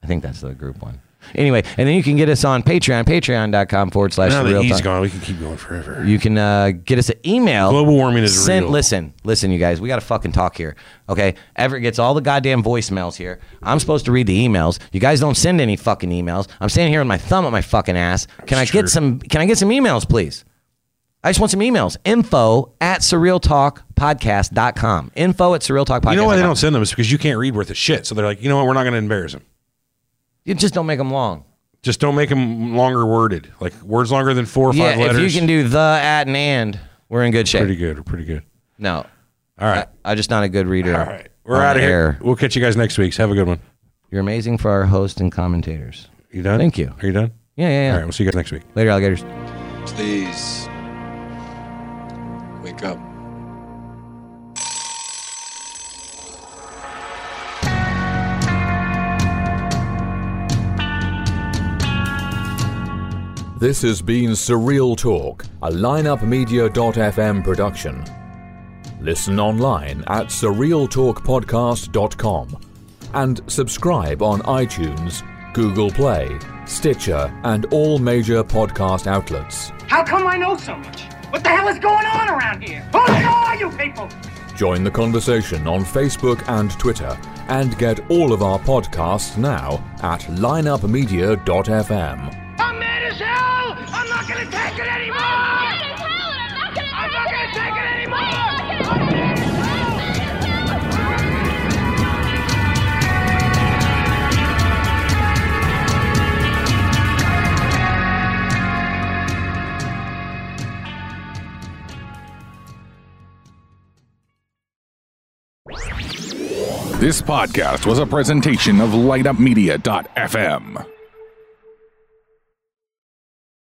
S3: I think that's the group one. Anyway, and then you can get us on Patreon, patreon.com forward slash
S4: now that
S3: Surreal
S4: he's
S3: Talk.
S4: gone, we can keep going forever.
S3: You can uh, get us an email.
S4: Global warming is
S3: Send,
S4: real.
S3: Listen, listen, you guys. We got to fucking talk here. Okay. Everett gets all the goddamn voicemails here. I'm supposed to read the emails. You guys don't send any fucking emails. I'm standing here with my thumb at my fucking ass. Can I
S4: Sure.
S3: get some? Can I get some emails, please? I just want some emails. Info at surrealtalkpodcast.com. Info at surrealtalkpodcast.com.
S4: You know why they don't send them? It's because you can't read worth a shit. So they're like, you know what? We're not going to embarrass him.
S3: You just don't make them long.
S4: Just don't make them longer worded. Like words longer than four or
S3: yeah,
S4: five letters.
S3: if you can do the, at, and and, we're in good shape.
S4: pretty good. We're pretty good.
S3: No,
S4: All right.
S3: I, I'm just not a good reader.
S4: All right. We're
S3: on
S4: out of
S3: air.
S4: here. We'll catch you guys next week. Have a good one.
S3: You're amazing for our host and commentators.
S4: You done?
S3: Thank you.
S4: Are you done?
S3: Yeah, yeah, yeah.
S4: All right. We'll see you guys next week.
S3: Later, alligators.
S12: Please. Wake up.
S2: This has been Surreal Talk, a lineupmedia.fm production. Listen online at surrealtalkpodcast.com and subscribe on iTunes, Google Play, Stitcher, and all major podcast outlets.
S13: How come I know so much? What the hell is going on around here? Who the hell are you people?
S2: Join the conversation on Facebook and Twitter and get all of our podcasts now at lineupmedia.fm.
S13: I'm mad as hell! I'm not gonna take it anymore! I'm mad as hell and I'm not gonna take it anymore!
S1: This podcast was a presentation of lightupmedia.fm.